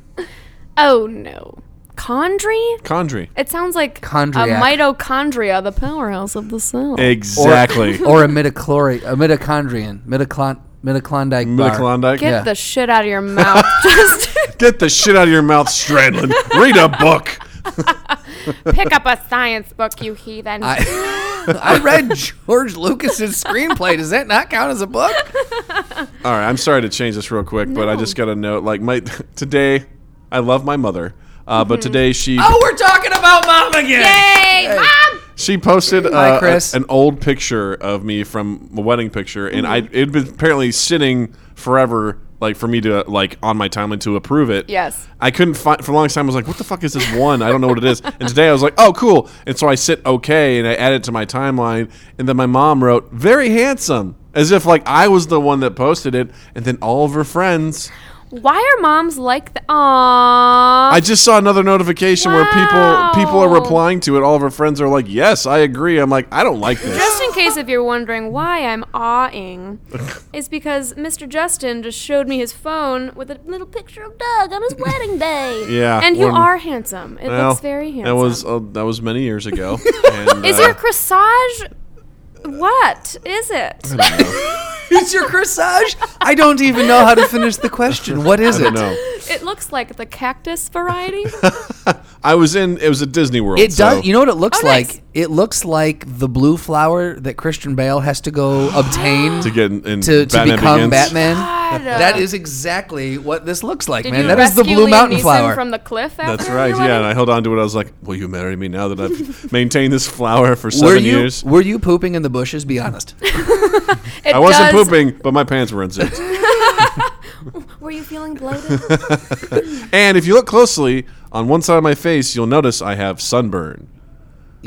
Oh no, Condry.
Condry.
It sounds like
Chondriac.
a mitochondria, the powerhouse of the cell.
Exactly.
or a midichlori, a mitochondrian, mitoclon, mitoclondike bar.
Klondike.
Get
Yeah.
the shit out of your mouth. Just
Get the shit out of your mouth, Stradlin. Read a book.
pick up a science book, you heathen.
I, I read George Lucas's screenplay. Does that not count as a book?
All right, I'm sorry to change this real quick, but I just got to note like my today I love my mother. Uh, but today she
Oh, we're talking about mom again.
Yay, mom!
she posted uh,
Hi, Chris.
a- an old picture of me from a wedding picture and I
Mm-hmm.
it'd been apparently sitting forever like for me to like on my timeline to approve it.
Yes.
I couldn't find for the longest time I was like what the fuck is this one? I don't know what it is. And today I was like, "Oh, cool." And so I sit okay and I add it to my timeline and then my mom wrote, "Very handsome." As if like I was the one that posted it and then all of her friends
Why are moms like the? Aww.
I just saw another notification where
Wow.
people people are replying to it. All of our friends are like, "Yes, I agree." I'm like, "I don't like this."
Just in case if you're wondering why I'm awing, is because Mr. Justin just showed me his phone with a little picture of Doug on his wedding day.
Yeah,
And you
well,
are handsome. It
Well,
looks very handsome.
That was uh, that was many years ago. and,
is
uh,
your corsage what is it?
I don't know.
It's your corsage. I don't even know how to finish the question. What is
I don't
it?
know.
It looks like the cactus variety.
I was in. It was at Disney World.
It does.
so-
You know what it looks
Oh,
like?
nice.
It looks like the blue flower that Christian Bale has to go obtain
to
to,
get in, in
to,
Batman
become
Begins.
Batman.
God. uh,
That is exactly what this looks like,
Did
man.
you
That is the
rescue
blue
Liam
mountain
Neeson
flower.
from the cliff. After
That's right.
your
Yeah, and I
wedding?
held on to it. I was like, "Will you marry me now that I've maintained this flower for
were
seven
you
years?"
were you pooping in the bushes? Be honest.
It
I wasn't
does-
pooping, but my pants were unzipped.
Were you feeling bloated?
and if you look closely on one side of my face, you'll notice I have sunburn.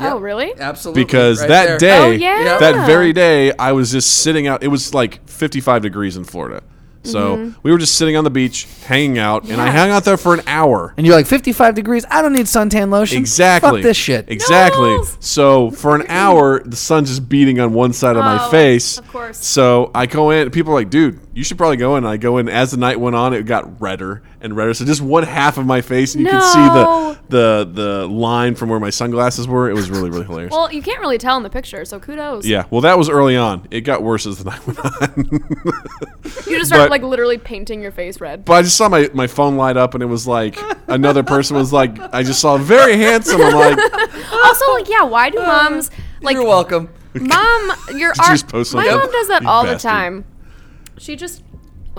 Oh, really?
Absolutely.
because
right
that
there.
day,
Oh, yeah.
that very day, I was just sitting out. It was like 55 degrees in Florida, So
Mm-hmm.
we were just sitting on the beach, hanging out, and I hung out there for an hour.
And you're like 55 degrees. I don't need suntan lotion.
Exactly.
Fuck this shit.
Exactly.
Nose!
So for an hour, the sun's just beating on one side of my
Oh,
face.
of course.
So I go in. People are like, "Dude, you should probably go in." And I go in. As the night went on, it got redder and redder. So just one half of my face, and you can
No.
see the the the line from where my sunglasses were. It was really really hilarious.
Well, you can't really tell in the picture, so kudos.
yeah. Well, that was early on. It got worse as the night went on.
You just start
But-
like literally painting your face red.
But I just saw my, my phone light up, and it was like another person was like, I just saw very handsome. I'm like,
also, like, yeah, why
Uh,
do moms like
you're welcome.
mom? Your
you
art.
just post
My
something?
mom does that
You
all the
bastard.
time. She just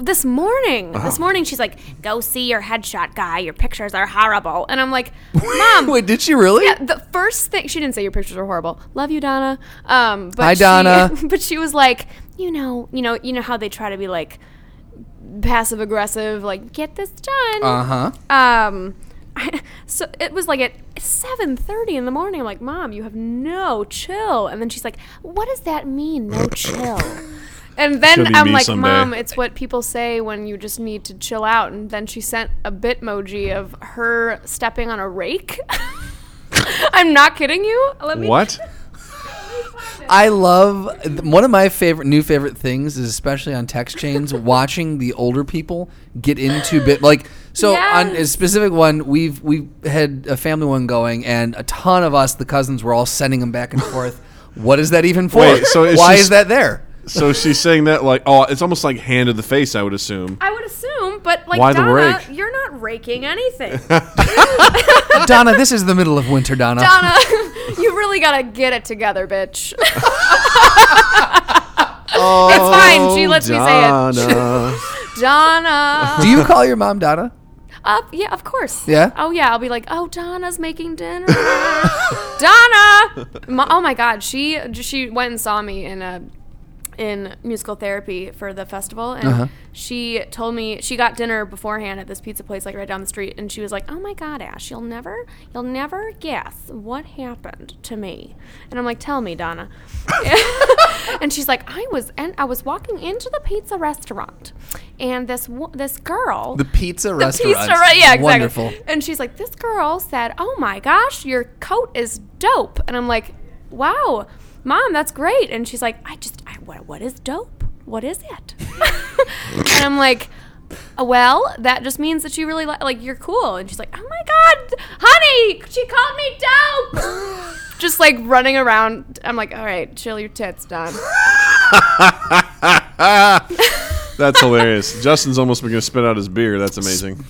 this morning.
Uh-huh.
This morning, she's like, "Go see your headshot guy. Your pictures are horrible." And I'm like, "Mom,
Wait, did she really?
Yeah, the first thing she didn't say your pictures are horrible. Love you, Donna. Um, but
Hi,
she-
Donna.
but she was like, you know, you know, you know how they try to be like passive aggressive, like get this done.
Uh huh.
Um, so it was like at seven thirty in the morning. I'm like, Mom, you have no chill. And then she's like, What does that mean, no chill? And
Could
then
be
I'm
me
like,
someday.
Mom, it's what people say when you just need to chill out. And then she sent a bitmoji of her stepping on a rake. I'm not kidding you. Let me
what?
I love th- one of my favorite new favorite things is especially on text chains watching the older people get into bit like so on a
Yes.
specific one we've we had a family one going and a ton of us the cousins were all sending them back and forth. what is that even for?
Wait, so it's
why
just-
is that there?
So she's saying that like, oh, it's almost like hand of the face. I would assume.
I would assume, but like
Why the
Donna,
rake?
you're not raking anything.
Donna, this is the middle of winter, Donna.
Donna, you really gotta get it together, bitch. it's fine. She lets me say
Donna.
it. Donna.
Do you call your mom Donna?
Up, Uh, yeah, of course.
Yeah?
Oh yeah, I'll be like, oh, Donna's making dinner. Donna. Mo- oh my God, she she went and saw me in a in musical therapy for the festival, and
Uh-huh.
she told me she got dinner beforehand at this pizza place like right down the street, and she was like, oh my God, Ash, you'll never you'll never guess what happened to me, and I'm like, tell me, Donna. and she's like, I was and I was walking into the pizza restaurant, and this wo- this girl
The pizza
the
restaurant.
pizza, right? Yeah, exactly.
Wonderful.
And she's like, "This girl said, oh my gosh, your coat is dope," and I'm like, "Wow, mom, that's great." And she's like, "I just, I, what, what is dope? What is it?" and I'm like. "Uh, Well, that just means that she really li- like you're cool, and she's like, "Oh my god, honey, she called me dope." just like running around, I'm like, "All right, chill your tits, Don."
That's hilarious. Justin's almost going to spit out his beer. That's amazing.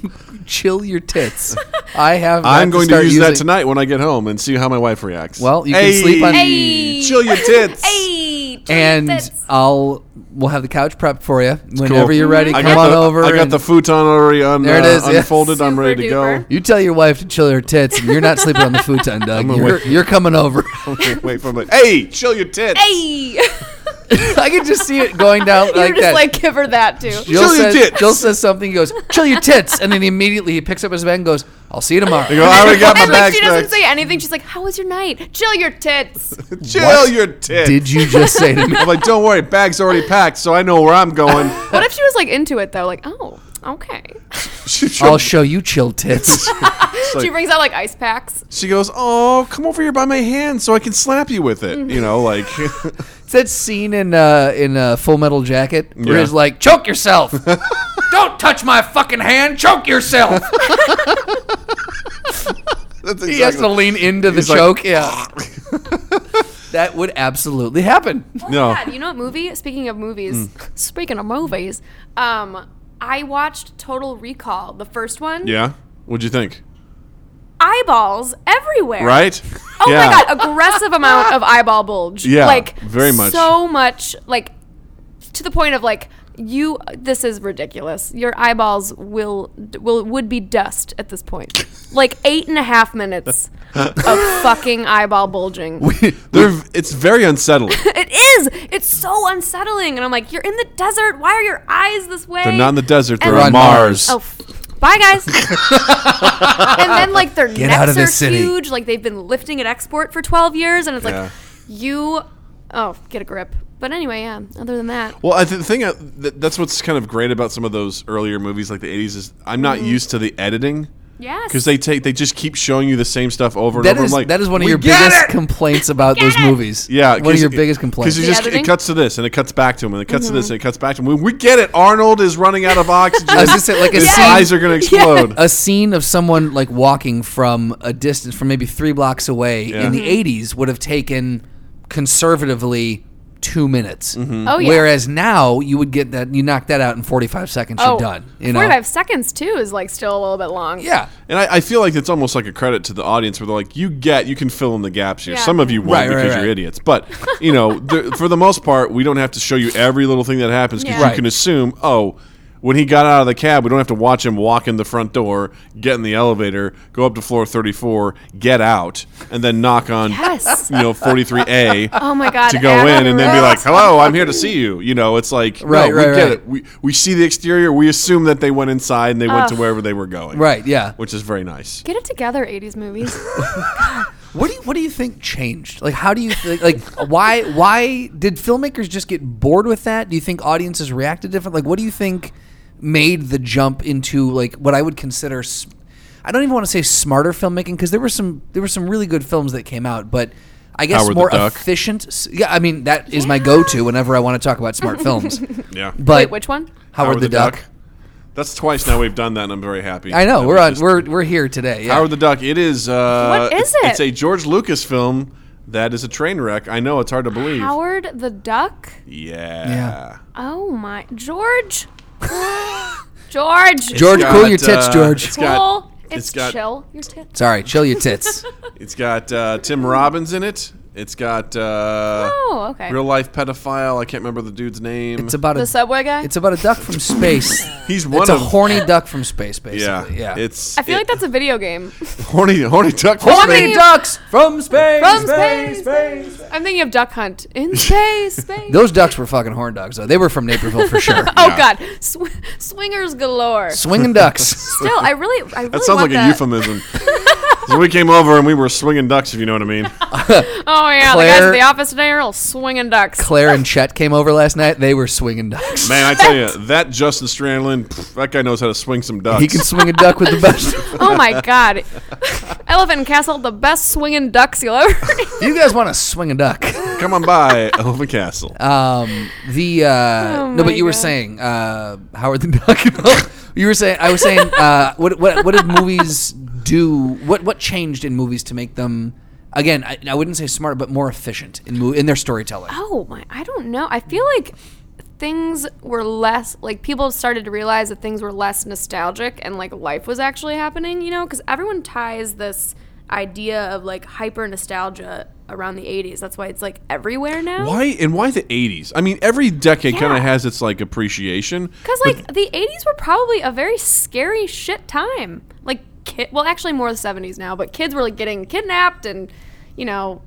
Chill your tits. I have.
I'm
to
going to
start
use that
using-
tonight when I get home and see how my wife reacts.
Well, you can sleep on-
Hey.
Chill your tits.
hey, chill your
and
tits.
I'll we'll have the couch prepped for you
Cool.
whenever you're ready.
I
Come
got
on
the-
over.
I got
and
the futon already un,
There it
uh,
is, yeah.
unfolded. I'm ready to
Super
go.
duper.
you tell your wife to chill her tits, and you're not sleeping on the futon, Doug. You're, you're coming over.
Okay, Wait for him. Like, hey, chill your tits.
hey.
I can just see it going down
You're
like
just
that.
like give her that too.
Jill
Chill your
says,
tits.
Jill says something. He goes, "Chill your tits," and then immediately he picks up his bag and goes, "I'll see you tomorrow."
I go, "Ah, I already got my
and like
bags
she doesn't
packed.
say anything. She's like, "How was your night? Chill your tits."
Chill
What
your tits.
Did you just say to me?
I'm like, don't worry, bag's already packed, so I know where I'm going.
what if she was like into it though? Like, oh, okay.
she, she-
I'll show you chill tits.
it's like-
she brings out like ice packs.
she goes, oh, come over here by my hand so I can slap you with it. You know, like,
It's that scene in uh, in uh, Full Metal Jacket where
Yeah.
he's like, "Choke yourself! Don't touch my fucking hand! Choke yourself!"
that's
He has to
exactly-
lean into the
He's like, "Ah."
choke. yeah, that would absolutely happen.
No.
God, you know what movie? Speaking of movies,
Mm.
speaking of movies, um, I watched Total Recall, the first one.
Yeah. What'd you think?
Eyeballs everywhere.
Right?
Oh
yeah.
my god, aggressive amount of eyeball bulge.
Yeah,
like
very much.
So much, like to the point of like you. This is ridiculous. Your eyeballs will will would be dust at this point. like eight and a half minutes of fucking eyeball bulging.
They're, it's very unsettling.
it is. It's so unsettling, and I'm like, you're in the desert. Why are your eyes this way?
They're not in the desert. They're
And-
on
on
Mars.
Oh, f- bye guys. and then like their
Get
necks
out of
are
this city.
huge. Like they've been lifting at export for twelve years, and it's
Yeah.
like you. Oh, get a grip. But anyway, yeah. Other than that,
Well, I th- the thing I, th- that's what's kind of great about some of those earlier movies, like the '80s, is I'm not
Mm-hmm.
used to the editing
yes.
because they take they just keep showing you the same stuff over and
That
over. I'm
is
like
that is one of
"We
your
get
biggest
it!"
complaints about those movies.
yeah,
one of your biggest complaints.
because
The
it just
editing? Mm-hmm.
it cuts to this and it cuts back to him and it cuts to this and it cuts back to him. We, we get it. Arnold is running out of oxygen.
I was gonna say, like a
His
scene-
eyes are gonna explode.
a scene of someone like walking from a distance from maybe three blocks away
Mm-hmm.
in the 80s would have taken conservatively two minutes
Oh, yeah.
whereas now you would get that you knock that out in 45 seconds you're
oh,
done you know
45 seconds too is like still a little bit long.
yeah
And I, I feel like it's almost like a credit to the audience where they're like, you get, you can fill in the gaps here.
Yeah.
Some of you won't
Right, right,
because
right.
you're idiots. But, you know, the, for the most part, we don't have to show you every little thing that happens because
Yeah.
you
Right.
can assume, oh, when he got out of the cab, we don't have to watch him walk in the front door, get in the elevator, go up to floor 34, get out, and then knock on,
Yes.
you know, 43A
Oh my god.
to go in and then be like, "Hello, I'm here to see you." You know, it's like,
Right,
no,
right,
we get
right.
it. We we see the exterior. We assume that they went inside and they went to wherever they were going.
right yeah
which is very nice.
Get it together, 80s movies.
what do you what do you think changed like how do you think like why why did filmmakers just get bored with that do you think audiences reacted different like what do you think made the jump into like what i would consider s- i don't even want to say smarter filmmaking because there were some there were some really good films that came out but i guess
Howard the
more
Duck.
efficient s- yeah i mean that is my go-to whenever i want to talk about smart films
Yeah,
but
Wait, which one?
howard, the, duck.
That's twice now we've done that, and I'm very happy.
i know
that
we're
we
on
just-
we're we're here today yeah.
Howard the Duck. It is. Uh,
What is
it's- It's
it?
a George Lucas film that is a train wreck. I know it's hard to believe.
Howard the Duck?
Yeah.
Yeah.
Oh my. George. George.
george
It's
cool
got,
your tits
uh,
george
it's got-
Cool.
it's
It's,
got-
chill. Your tits.
sorry chill your tits
It's got uh, Tim Robbins in it. It's got uh,
Oh, okay.
real life pedophile. I can't remember the dude's name.
it's about
the
a
subway guy?
It's about a duck from space.
He's one
it's a
of
horny duck from space,
yeah,
basically. Yeah.
It's
I feel
it-
like that's a video game.
horny horny duck.
horny ducks from space.
From space, space. I'm thinking of Duck Hunt. In space, space.
Those ducks were fucking horn dogs, though. They were from Naperville for sure.
oh
Yeah.
god. Sw- swingers galore.
Swinging ducks.
Still, I really I really
That sounds
want
like a euphemism. so we came over and we were swinging ducks, if you know what I mean.
Oh yeah, the guys
Claire-
at the office today are all swinging ducks.
Claire and Chet came over last night. They were swinging ducks.
Man, I tell you, that Justin Strandlin, pff, that guy knows how to swing some ducks.
He can swing a duck with the best.
Oh my god. Elephant and Castle, the best swinging ducks you'll ever.
you guys want to swing a duck?
Come on by Elephant Castle.
Um, the uh, no,
Oh my
but you were
God.
saying uh, Howard the Duck. you were saying I was saying uh, what what what did movies do? What what changed in movies to make them again? I, I wouldn't say smarter, but more efficient in mo- in their storytelling.
oh my, I don't know. I feel like things were less like people started to realize that things were less nostalgic and like life was actually happening, you know, because everyone ties this idea of like hyper nostalgia around the 80s. That's why it's like everywhere now.
Why and why the '80s? I mean, every decade kind
Yeah.
of has its like appreciation.
Because like the '80s were probably a very scary shit time. Like, ki- well, actually more the '70s now, but kids were like getting kidnapped and, you know,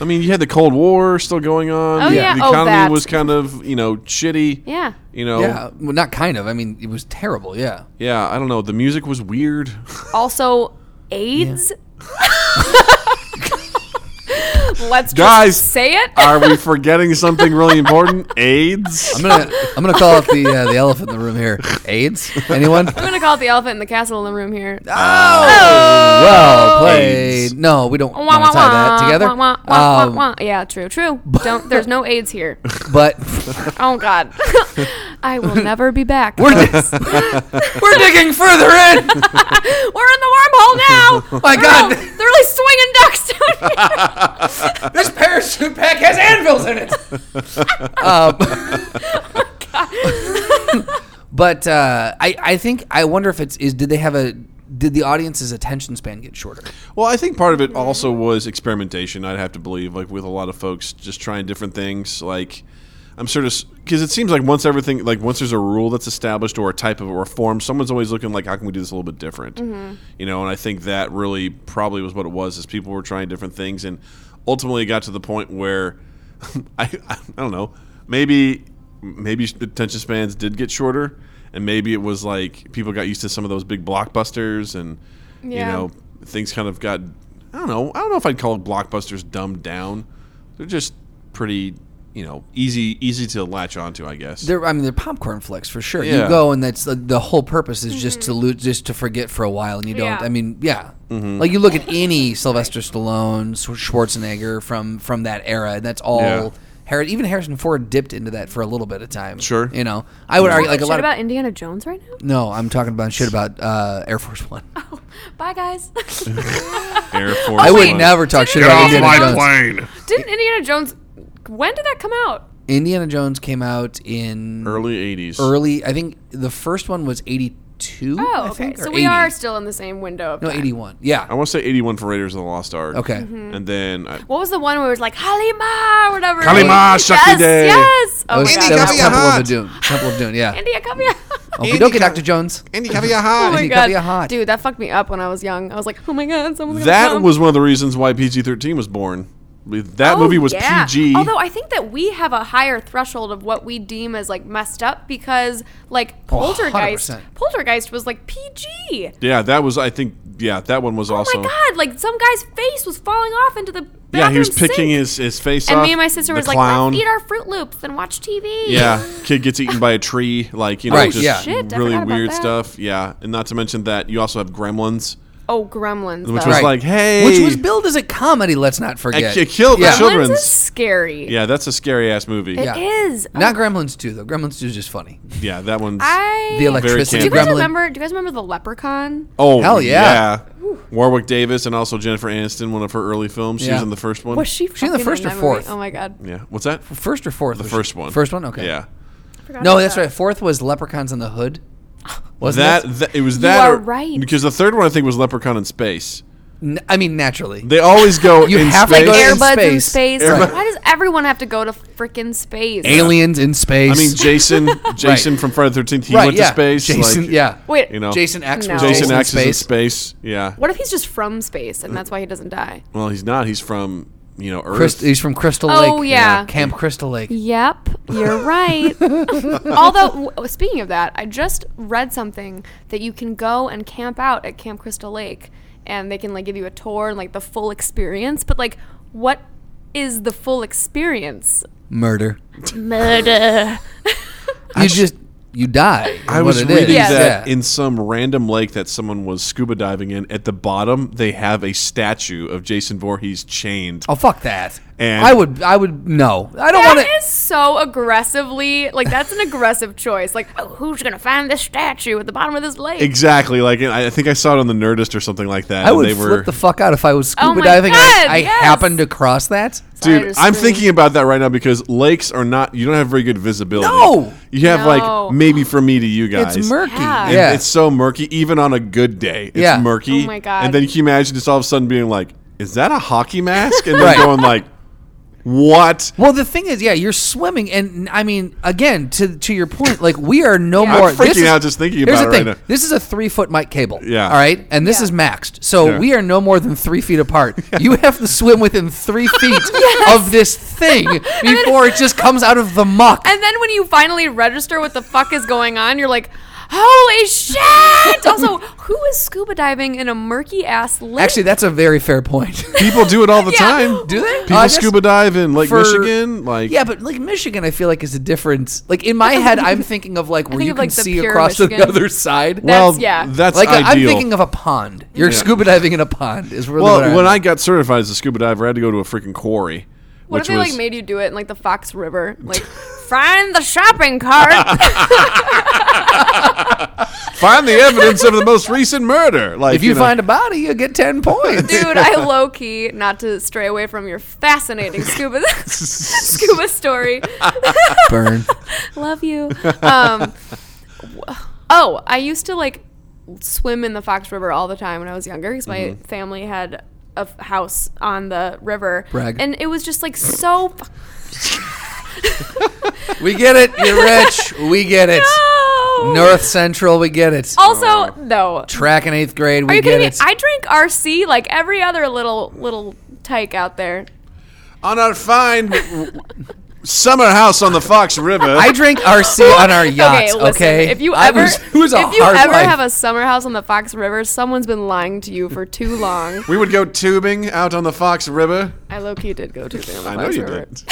I mean, you had the Cold War still going on.
Oh,
the,
yeah.
the
Oh,
economy
that.
was kind of you know shitty.
yeah.
You know,
Yeah, well, not kind of. I mean, it was terrible. Yeah,
yeah. I don't know. The music was weird.
Also, AIDS. Let's just
Guys,
say it.
uh,
Are we forgetting something really important? AIDS.
I'm gonna I'm gonna call out the uh, the elephant in the room here. AIDS? Anyone?
I'm gonna call it the elephant in the castle in the room here.
Ah, Oh.
Oh.
Well played.
AIDS.
Oh, No, we don't
Wah,
want
wah,
to tie that
wah,
together.
wah, wah, wah,
Um,
wah, wah. Yeah, true, true. Don't. There's no AIDS here.
But
Oh God, I will never be back.
we're we're digging further in.
We're in the wormhole now.
My
They're
God.
all- they're really swinging ducks down here.
This parachute pack has anvils in it. um, but uh, I, I think I wonder if it's is did they have a did the audience's attention span get shorter?
Well, I think part of it also was experimentation. I'd have to believe, like with a lot of folks, just trying different things. Like, I'm sort of because it seems like once everything, like once there's a rule that's established or a type of or a form, someone's always looking like, how can we do this a little bit different? You know, and I think that really probably was what it was, is people were trying different things, and ultimately it got to the point where I, I don't know, maybe maybe attention spans did get shorter, and maybe it was like people got used to some of those big blockbusters and
Yeah.
you know things kind of got I don't know. I don't know if I'd call blockbusters dumbed down. They're just pretty you know easy easy to latch onto. I guess.
They're, I mean, they're popcorn flicks for sure. You
Yeah.
go and that's the, the whole purpose is just to lo- just to forget for a while, and you don't.
Yeah.
I mean, yeah,
Mm-hmm.
like you look at any Sylvester Stallone, Schwar- Schwarzenegger from from that era, and that's all.
Yeah.
Har- even Harrison Ford dipped into that for a little bit of time.
Sure.
you know, I would argue like a
Shit
lot of
about Indiana Jones right now?
no. I'm talking about shit about uh, Air Force One.
Oh, Bye guys.
Air Force.
I would
One.
never talk shit
Get
about
off
Indiana
my
Jones.
plane.
Didn't Indiana Jones when did that come out?
Indiana Jones came out in
Early eighties.
early. I think the first one was '82.
Oh,
I
okay.
think, or
so we
80.
are still in the same window of
no
time.
'81. Yeah.
I want to say eighty-one for Raiders of the Lost Ark.
Okay.
Mm-hmm.
And then uh, I,
What was the one where it was like Halima or whatever?
Halima,
yes,
Shakti Day.
Yes. Oh, my
Oh, that
God.
was
India,
Temple of Doom. Temple of Doom. Yeah.
come here. Oh
Okie dokie, Doctor Jones.
Andy, have you hot?
my
India, come
god,
here hot.
dude, that fucked me up when I was young. I was like, oh my god, someone's gonna
That
come.
was one of the reasons why PG-13 was born. That
Oh,
movie was
yeah.
PG.
Although I think that we have a higher threshold of what we deem as like messed up because like Poltergeist,
100%.
Poltergeist was like PG.
yeah, that was. I think. Yeah, that one was
Oh
also.
my god, like some guy's face was falling off into the bathroom
Yeah, he was picking
sink.
his, his face
And
off.
me and my sister
the
was like,
clown.
let's eat our Fruit Loops and watch TV.
Yeah, kid gets eaten by a tree. Like you know,
Right,
just
yeah.
Shit, I
really
forgot about
weird
that.
stuff. Yeah, and not to mention that you also have Gremlins,
Oh, Gremlins.
which
though.
was
Right.
like, hey,
Which was billed as a comedy. Let's not forget.
it killed
Yeah.
the
Gremlins
Gremlins
children's.
is scary.
Yeah, that's a scary ass movie.
It
Yeah,
Yeah.
is. Oh,
Not Gremlins two though. Gremlins two is just funny.
that one's.
I.
The electricity
do you
campy.
guys
gremlin.
remember? Do you guys remember the Leprechaun?
oh
Hell yeah.
yeah. Warwick Davis and also Jennifer Aniston, one of her early films. She
Yeah.
was in the first one.
Was she?
in the
fucking
first or
that movie?
fourth?
Oh my god.
yeah, what's that?
First or fourth?
The
was-
first one.
First one. Okay.
Yeah,
Forgot
No,
about
that's
that.
right. Fourth was Leprechauns in the Hood. Was
that,
that?
that- it was that.
are
or-
right.
Because the third one I think was Leprechaun in space.
N- I mean, naturally.
They always go.
You
in
have to
space.
go to
Airbuds in
space.
space.
Airbuds.
Like, Why does everyone have to go to freaking space?
Aliens in space.
I mean, Jason, Jason from Friday the Thirteenth, he
right?
went
yeah.
to space.
Jason.
like,
yeah.
Wait.
you know,
Jason X.
No.
was
Jason
in
X is in
space.
space. Yeah.
What if he's just from space and that's why he doesn't die?
Well, he's not. He's from you know Earth.
Christ- he's from Crystal Lake.
Oh, yeah.
Camp Crystal Lake.
Yep, you're right. Although, w- speaking of that, I just read something that you can go and camp out at Camp Crystal Lake, and they can like give you a tour and like the full experience. But like, what is the full experience?
Murder.
Murder.
You just you die. is
I
what
was
it
reading
is.
Yes.
that
Yeah.
in some random lake that someone was scuba diving in. At the bottom, they have a statue of Jason Voorhees chained.
Oh fuck that!
And-
I would, I would no. I don't want
That
to.
is so aggressively like that's an aggressive choice. Like, oh, who's gonna find this statue at the bottom of this lake?
Exactly. Like I I think I saw it on the Nerdist or something like that.
I
and
would
they were,
flip the fuck out if I was scuba
Oh my
diving. and I,
God,
I
yes.
happened to cross that.
Sorry, I
Dude,
just
I'm
screamed.
thinking about that right now because lakes are not. You don't have very good visibility.
No!
you have
No.
like maybe from me to you guys.
It's murky.
Yeah.
Yeah,
And It's so murky, even on a good day. It's
Yeah.
murky.
Oh my God.
And then can you imagine just all of a sudden being like, is that a hockey mask? And then
Right.
going like, what?
Well, the thing is, yeah, you're swimming, and I mean, again, to to your point, like we are no
Yeah. I'm
more.
freaking
this is-
out just thinking
here's
about
the
it right
thing.
now.
This is a three foot mic cable.
Yeah.
All right, and this
Yeah.
is maxed, so
Yeah.
we are no more than three feet apart. You have to swim within three feet of this thing before it just comes out of the muck.
And then when you finally register what the fuck is going on, you're like, holy shit! Also, who is scuba diving in a murky ass lake?
Actually, that's a very fair point.
People do it all the
Yeah.
time.
Do they?
People
Uh, I guess
scuba dive in Lake
for-
Michigan. Like,
yeah, but like Michigan, I feel like is a different. Like in my head, I'm thinking of like where
think
you
of,
can
like, the
see
pure
across to the
Michigan.
other side.
That's-
well,
yeah.
that's
like I- I'm
ideal.
thinking of a pond. You're scuba diving in a pond. Is really what
well,
I'm-
when I got certified as a scuba diver, I had to go to a freaking quarry.
what
which
if they
was,
like made you do it in like the Fox River? Like, find the shopping cart.
find the evidence of the most recent murder? Like,
if you,
know,
find a body, you get ten points.
Dude, I low key, not to stray away from your fascinating scuba scuba story.
Burn.
Love you. Um, w- oh, I used to like swim in the Fox River all the time when I was younger because my
Mm-hmm.
family had a f- house on the river,
Brag.
and it was just like so. fu-
We get it. You're rich. We get it.
No!
North Central. We get it.
Also, no.
Track in eighth grade.
Oh. Are
We
you
get
kidding me?
it.
I drink RC like every other little little tyke out there.
on our fine summer house on the Fox River.
I drink RC on our yacht. Okay,
okay, listen, If you
I
ever,
was- it was a
if you
hard
ever
life.
have a summer house on the Fox River, someone's been lying to you for too long.
we would go tubing out on the Fox River.
I low key did go to the
I
Fox
know you
River.
did.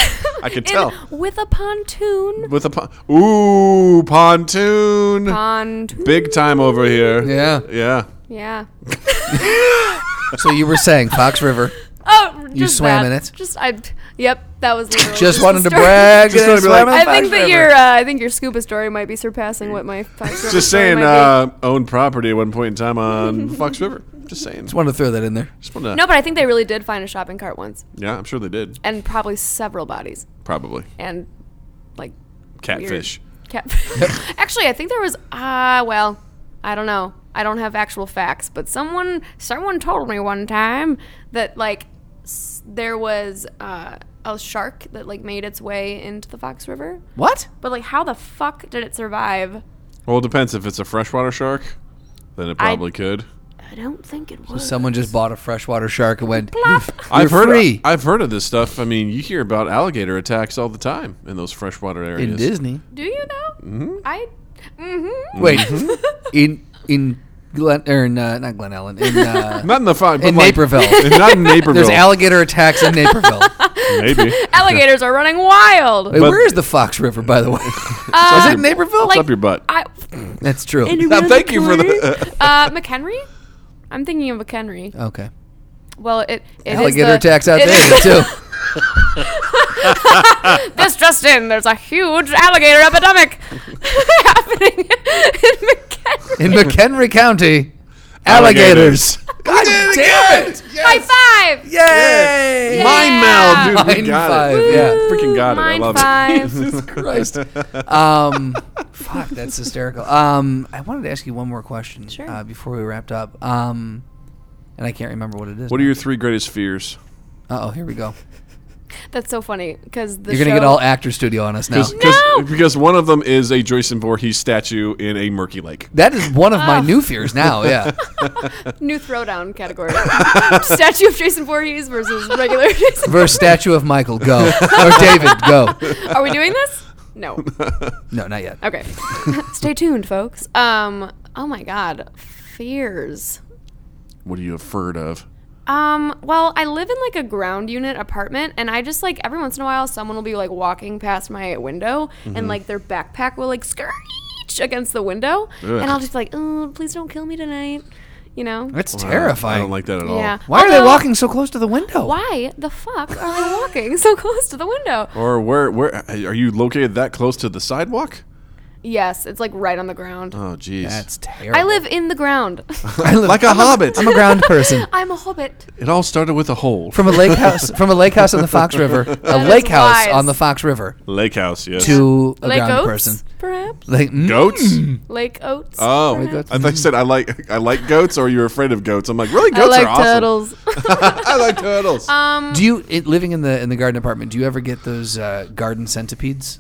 I could tell.
And with a pontoon.
With a pon- ooh pontoon,
Pontoon.
big time over here.
yeah.
yeah.
Yeah.
So you were saying Fox River?
Oh, just
You swam
that.
in it?
Just I. Yep, that was. literally
Just
the
wanted to
story.
brag.
Just
that
wanted to be like-
swam
I
in
think
Fox
that
River.
your uh, I think your scuba story might be surpassing what my Fox River
Just
story
saying,
might
uh, owned property at one point in time on Fox River. Just saying.
Just wanted to throw that in there.
Just wanted to-
be. No, but I think they really did find a shopping cart once,
Yeah, I'm sure they did.
and probably several bodies,
Probably
and like
catfish.
Cap- Actually, I think there was. Uh, well, I don't know. I don't have actual facts, but someone someone told me one time that like s- there was uh, a shark that like made its way into the Fox River.
What?
But like, how the fuck did it survive?
Well, it depends. If it's a freshwater shark, then it probably could.
I don't think it was.
Someone just bought a freshwater shark and went.
I've
"You're
heard.
free."
I've heard of this stuff. I mean, you hear about alligator attacks all the time in those freshwater areas.
in Disney.
Do you though? Mm-hmm. I. Mm-hmm.
Wait, in in Glen or in, uh, not Glen Ellen in uh,
Not in the fog.
in Naperville.
not in Naperville.
There's alligator attacks in Naperville.
Maybe.
Alligators are running wild.
Wait,
But-
where is the Fox River, by the way?
Uh,
is it Naperville?
like-
Up your butt.
I,
That's true.
Now, thank you for the.
uh, McHenry. I'm thinking of McHenry.
Okay.
Well, it, it is
Uh, Alligator
the-
attacks out
it
there
is-
too.
This just in, there's a huge alligator epidemic happening in McHenry.
In McHenry County, alligators. God damn it!
High five!
Yay!
Mind
Yeah.
meld, dude.
Mind
we got
five,
it.
yeah.
Freaking got
Mind
it. I love
five.
it.
Christ. Um, fuck, that's hysterical. Um, I wanted to ask you one more question
Sure.
uh, before we wrapped up. Um, and I can't remember what it is.
What are your three greatest fears?
Uh oh, here we go.
That's so funny because the
You're gonna
show-
get all actor studio on us now.
Cause, 'cause-
No!
because one of them is a Joyce and Voorhees statue in a murky lake.
That is one of
Oh.
my new fears now. Yeah,
new throwdown category: statue of Jason Voorhees versus regular Jason.
versus statue of Michael. Go or David. Go.
Are we doing this? No.
No, not yet.
Okay. Stay tuned, folks. Um. Oh my God. Fears.
What are you afraid of?
Um, well, I live in like a ground unit apartment, and I just like every once in a while, someone will be like walking past my window,
Mm-hmm.
and like their backpack will like screech against the window, and I'll just be like, oh, please don't kill me tonight, you know?
That's
I
terrifying.
don't like that at all.
Yeah.
Why are they
Although,
walking so close to the window?
Why the fuck are they walking so close to the window?
Or where? Where are you located? That close to the sidewalk?
Yes, it's like right on the ground.
Oh, jeez.
That's terrible.
I live in the ground.
I live
like a hobbit.
I'm a ground person
I'm a hobbit.
It all started with a hole.
from a lake house from a lake house on the Fox River, a
is
lake house
wise.
on the Fox River
lake house. Yes.
to a
Lake
ground
oats,
person.
perhaps.
Like mm,
goats.
Lake oats.
Oh,
perhaps?
I thought you said I like I like goats, or you're afraid of goats. I'm like, really?
I
Goats
like
are
turtles.
awesome.
Um,
I like turtles.
do you it, living in the in the garden apartment? Do you ever get those uh, garden centipedes?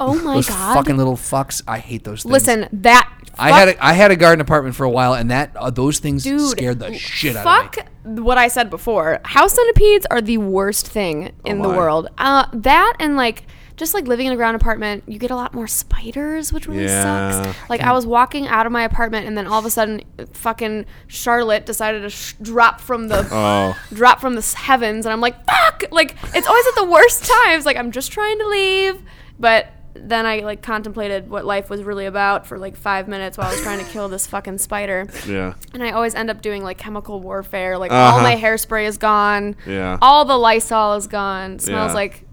oh my
Those
god.
fucking little fucks. I hate those. things.
Listen, that.
I
fuck
had a, I had a garden apartment for a while, and that uh, those things
Dude,
scared the shit out of me.
fuck what I said before. House centipedes are the worst thing
Oh
in the
my.
world. Uh, that and like just like living in a ground apartment, you get a lot more spiders, which really
Yeah.
sucks. Like I was walking out of my apartment, and then all of a sudden, fucking Charlotte decided to sh- drop from the
oh,
drop from the s- heavens, and I'm like, fuck! Like it's always at the worst times. Like I'm just trying to leave, but. Then I like contemplated what life was really about for like five minutes while I was trying to kill this fucking spider.
yeah.
And I always end up doing like chemical warfare. Like all
Uh-huh.
my hairspray is gone.
Yeah.
All the Lysol is gone. Smells
Yeah.
like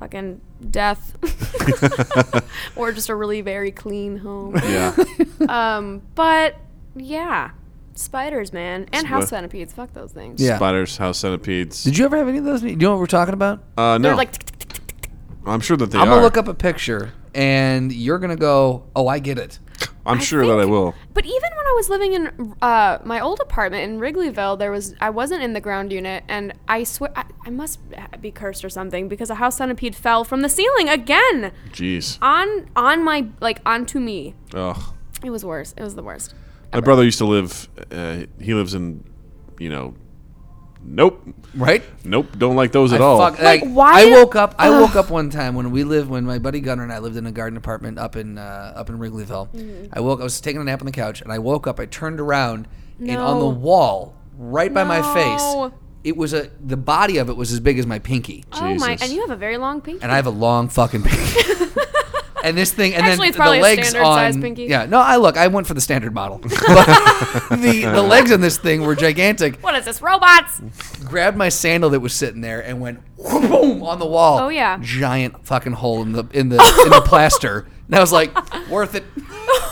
fucking death. or just a really very clean home.
Yeah.
Um, but yeah. Spiders, man. And house
Spi-
centipedes. Fuck those things.
Yeah.
Spiders, house centipedes.
Did you ever have any of those? Do you know what we're talking about?
uh, no,
They're like tick, tick, tick, tick, tick.
I'm sure that they
I'm
are.
gonna look up a picture, and you're gonna go, "Oh, I get it."
I'm sure that I
think-
will.
But even when I was living in uh, my old apartment in Wrigleyville, there was I wasn't in the ground unit, and I swear I, I must be cursed or something because a house centipede fell from the ceiling again.
Jeez.
on on my like onto me.
Oh,
It was worse. It was the worst.
my brother used to live. Uh, he lives in, you know, nope,
right?
nope, don't like those at
I
all.
fuck-
Like,
I-
why
I
did-
woke up. I woke up one time when we lived when my buddy Gunner and I lived in a garden apartment up in uh, up in Wrigleyville.
Mm-hmm.
I woke. I was taking a nap on the couch, and I woke up. I turned around, and on the
No.
wall, right by my
No.
face, it was a the body of it was as big as my pinky,
Oh my!
Jesus.
And you have a very long pinky.
and I have a long fucking pinky. And this thing, and
Actually,
then
it's probably
the
a
legs
standard
on,
size pinky.
yeah. No, I look, I went for the standard model. But the the legs on this thing were gigantic.
what is this? Robots?
grabbed my sandal that was sitting there and went whoop, boom on the wall.
Oh, yeah.
giant fucking hole in the in the in the plaster. And I was like, worth it.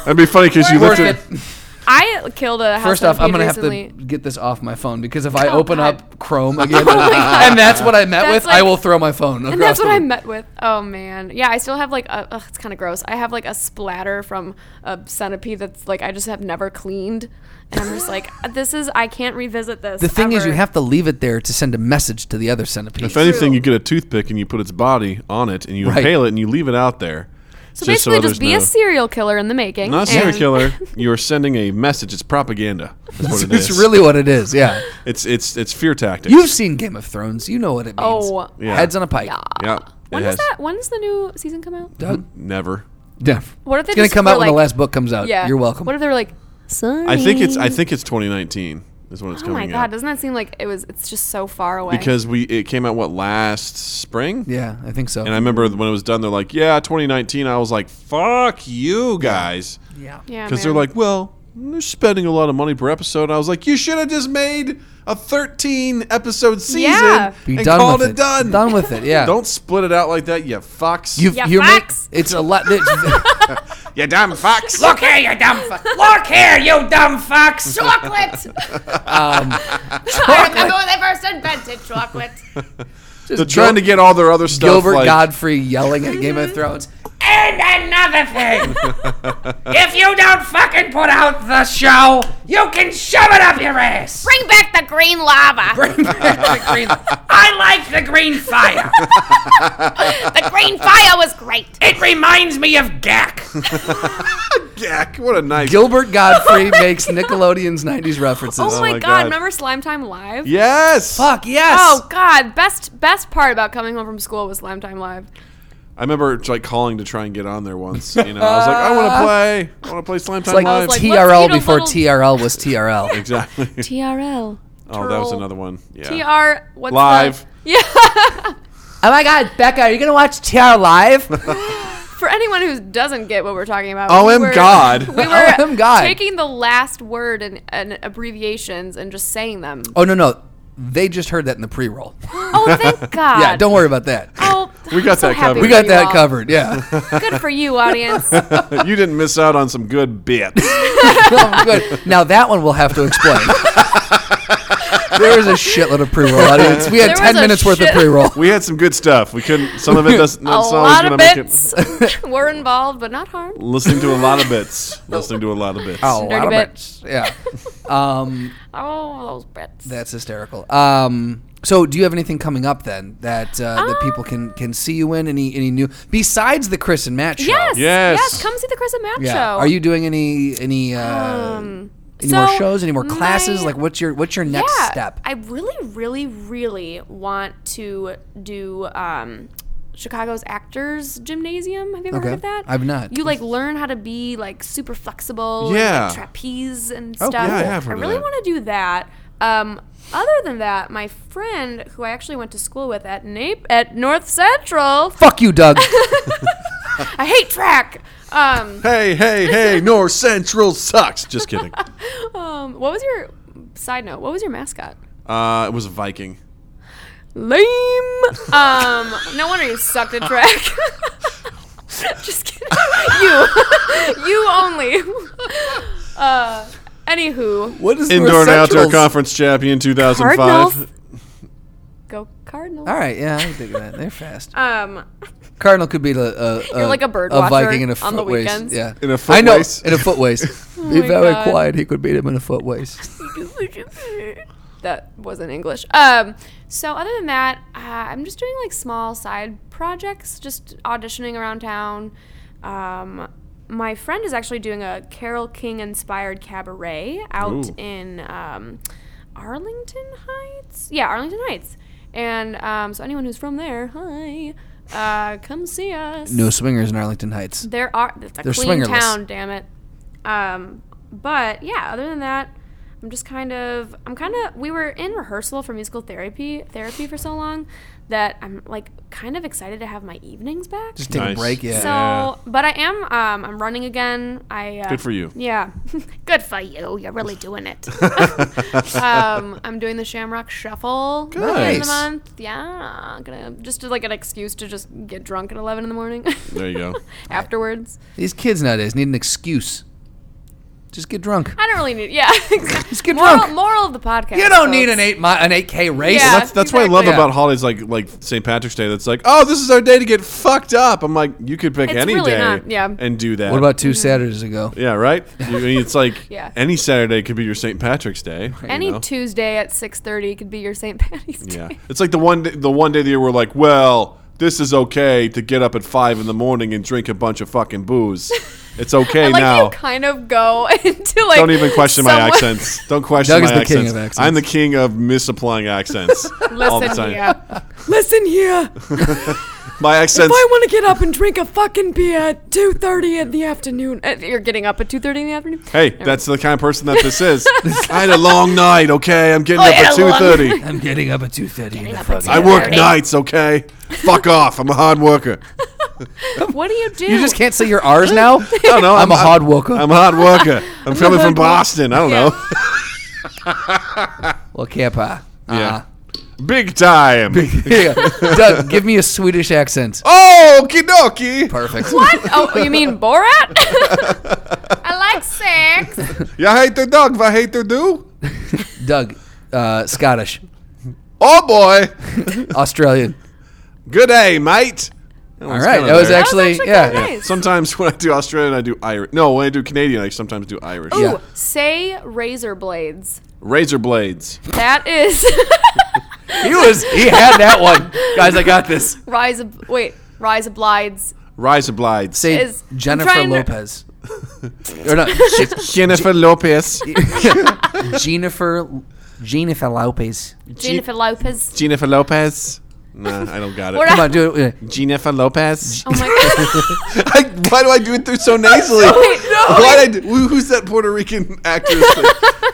That'd be funny because you
Worth
lifted.
it.
I killed a house
First off, I'm gonna
recently. Oh,
have to get this off my phone because if I open
God. Oh,
up Chrome again, and that's what I met
That's
with, I
like-
will throw my phone.
And that's what I met with. Oh man, yeah. I still have like a. Ugh, it's kind of gross. I have like a splatter from a centipede that's like I just have never cleaned, and I'm just like, this is I can't revisit this.
The thing is, you
ever.
have to leave it there to send a message to the other centipede.
If anything, you get a toothpick and you put its body on it and you
Right.
impale it and you leave it out there.
So basically,
others
just be
know.
a serial killer in the making.
Not a serial
and-
killer. You're sending a message. It's propaganda. That's what it
It's
is.
really what it is. Yeah,
It's it's it's fear tactics.
you've seen Game of Thrones. You know what it means.
Oh.
Yeah.
heads on a pike.
Yeah.
yeah.
When
it
does
has.
that? When does the new season come out?
Doug?
Never.
Yeah.
What if they
It's gonna
just
come
were
out when the
like-
last book comes out.
Yeah.
You're welcome.
What if they were like? Sorry.
I think it's I think it's 2019 is when it's
Oh my
coming
god!
out.
Doesn't that seem like it was? It's just so far away.
Because we it came out what last spring?
yeah, I think so.
And I remember when it was done, they're like, "Yeah, 2019." I was like, "Fuck you guys,"
yeah.
yeah,
because they're
man.
like, "Well, they're spending a lot of money per episode." And I was like, "You should have just made a 13 episode season
Yeah.
Be
and
done
called
with
it
it.
done.
with it. Yeah.
Don't split it out like that, you fucks.
You've,
Yeah,
you're ma-
facts.
it's a lot.
you dumb fucks.
Look here, you dumb fuck. Look here, you dumb fucks.
chocolate.
Um,
I remember when they first invented chocolate.
They're trying to get all their other stuff.
Gilbert
like,
Godfrey yelling at Game of Thrones.
And another thing, if you don't fucking put out the show, you can shove it up your ass.
Bring back the green lava.
Bring back the green.
I like the green fire.
the green fire was great.
It reminds me of Gak.
Gack, what a nice.
Gilbert Godfrey makes Nickelodeon's '90s references.
Oh, my
my
god.
God.
Remember Slime Time Live?
yes.
Fuck yes.
Oh god, best best part about coming home from school was Slime Time Live.
I remember like calling to try and get on there once. You know, I was like, I want to play. I want to play Slime Time
It's like
Live.
like,
TRL
let's eat a
before
little-
TRL was TRL.
exactly.
TRL.
oh, that was another one. Yeah.
TR what's
Live.
The, yeah.
oh my God, Becca, are you gonna watch TR live?
For anyone who doesn't get what we're talking about.
Oh,
we
am
were-
God.
We were
Oh, am God.
taking the last word and, and abbreviations and just saying them.
oh no no, they just heard that in the pre-roll.
Oh, thank God.
Yeah, don't worry about that.
Oh,
We got
I'm so
that
happy
covered.
for
We got
you
that
all.
covered. Yeah.
Good for you, audience.
you didn't miss out on some good bits.
Oh, good. Now that one we'll have to explain. there was a shitload of pre-roll audience. We had
There
ten
was a
minutes worth of
shit-
pre-roll.
we had some good stuff. We couldn't. Some of it doesn't.
a
That's always
lot
gonna
of
make
bits
it.
were involved, but not harmed.
Listening to a lot of bits. Listening to a lot of bits.
Oh,
Dirty
bits. Yeah. Um,
Oh, those bits.
that's hysterical. Um, so, do you have anything coming up then that uh,
Um,
that people can can see you in? Any any new besides the Chris and Matt show?
Yes,
Yes.
yes. Come see the Chris and Matt
Yeah.
show.
Are you doing any any uh, any
Um, so
more shows? Any more classes?
my-
Like, what's your what's your next
yeah,
step?
I really, really, really want to do um, Chicago's Actors Gymnasium. Have you ever
Okay.
heard of that?
I've not.
You like learn how to be like super flexible. and, like,
Yeah.
trapeze and
Oh,
stuff.
yeah, I
have heard of
really
that.
want to do that. Um, other than that, my friend who I actually went to school with at Nape at North Central.
Fuck you, Doug.
I hate track. Um,
Hey, hey, hey! North Central sucks. Just kidding.
um, what was your side note? What was your mascot?
Uh, it was a Viking.
Lame. Um, no wonder you sucked at track. Just kidding. You, you only. Uh, anywho,
what is
Indoor and outdoor
conference?
conference champion 2005.
Cardinals. go Cardinals.
All right, yeah, I can think of that. They're fast.
Um,
Cardinal could be a, a, a
You're like a bird watcher
Viking in a
on the
foot waist.
weekends. Oh
Yeah,
In a foot
I know
waist?
in a foot waist. be
my
very
God.
quiet. He could beat him in a foot waist.
that wasn't English. Um, so other than that, uh, I'm just doing like small side projects, just auditioning around town. Um, my friend is actually doing a Carol King inspired cabaret out
Ooh.
in um, Arlington Heights. Yeah, Arlington Heights. And um, so anyone who's from there, hi, uh, come see us.
No swingers in Arlington Heights.
There are. It's a
They're
clean
swingerless.
town, damn it. Um, but yeah, other than that, I'm just kind of. I'm kind of. We were in rehearsal for musical therapy therapy for so long that I'm like kind of excited to have my evenings back.
Just take
Nice.
a break. Yeah.
so, but I am. Um, I'm running again. I uh,
Good for you.
Yeah, good for you. You're really doing it. um, I'm doing the Shamrock Shuffle at the end of
Nice.
the month. Yeah, gonna just like an excuse to just get drunk at 11 in the morning
There you go.
afterwards.
These kids nowadays need an excuse. Just get drunk.
I don't really need. Yeah,
Just get
moral,
drunk.
Moral of the podcast.
You don't
folks.
need an eight mi- an eight k race.
Yeah.
That's that's what I love
Exactly.
about holidays like like St. Patrick's Day. That's like, oh, this is our day to get fucked up. I'm like, you could pick
It's
any
really
day
not- yeah.
and do that.
What about two
Mm-hmm.
Saturdays ago?
yeah, right? You- I mean, it's like
Yeah.
any Saturday could be your St. Patrick's Day. you
Any
know?
Tuesday at 6:30 could be your St. Patty's Day.
Yeah, it's like the one day, the one day of the year we're like, well, this is okay to get up at five in the morning and drink a bunch of fucking booze. It's okay
I like
now.
you kind of go into like.
Don't even question my
someone-
accents. Don't question
Doug
my
is the
accents.
king of accents.
I'm the king of misapplying accents all the
Listen
time.
here. Listen here.
My accents.
I want to get up and drink a fucking beer at 2:30 in the afternoon. Uh, you're getting up at 2:30 in the afternoon.
Hey, that's the kind of person that this is. I had a long night. Okay, I'm getting
Oh,
up
yeah,
at two thirty.
I'm getting up at two thirty.
I work nights. Okay, fuck off. I'm a hard worker.
What do you do?
You just can't say your R's now. I
don't know.
I'm, a
I'm-
hard worker.
I'm a hard worker. I'm coming from Boston. I don't know.
well, kappa.
Yeah. Big time.
Yeah. Uh-huh. Doug, give me a Swedish accent.
Oh, kidoki.
Perfect.
Oh, you mean Borat? I like sex.
Jag heter Doug. Vad heter du?
Doug, uh, Scottish,
Oh boy.
Australian.
Good day, mate.
All right, that
That
was
was
actually
actually
yeah.
kinda nice.
Sometimes when I do Australian, I do Irish. No, when I do Canadian, I sometimes do Irish.
Ooh,
Yeah.
say razor blades.
Razor blades.
That is
He was he had that one, guys. I got this.
rise of wait rise of blides.
Razor blades.
Say
Is- I'm
Jennifer
trying to-
Lopez. or no,
Jennifer Lopez.
Jennifer Jennifer Lopez.
Jennifer Lopez.
Jennifer Lopez. Nah, I don't got it.
What
Come on, do it.
Jennifer Lopez.
Oh my Oh, god.
I, why do I do it through so nasally? Why did I, who- who's that Puerto Rican actress?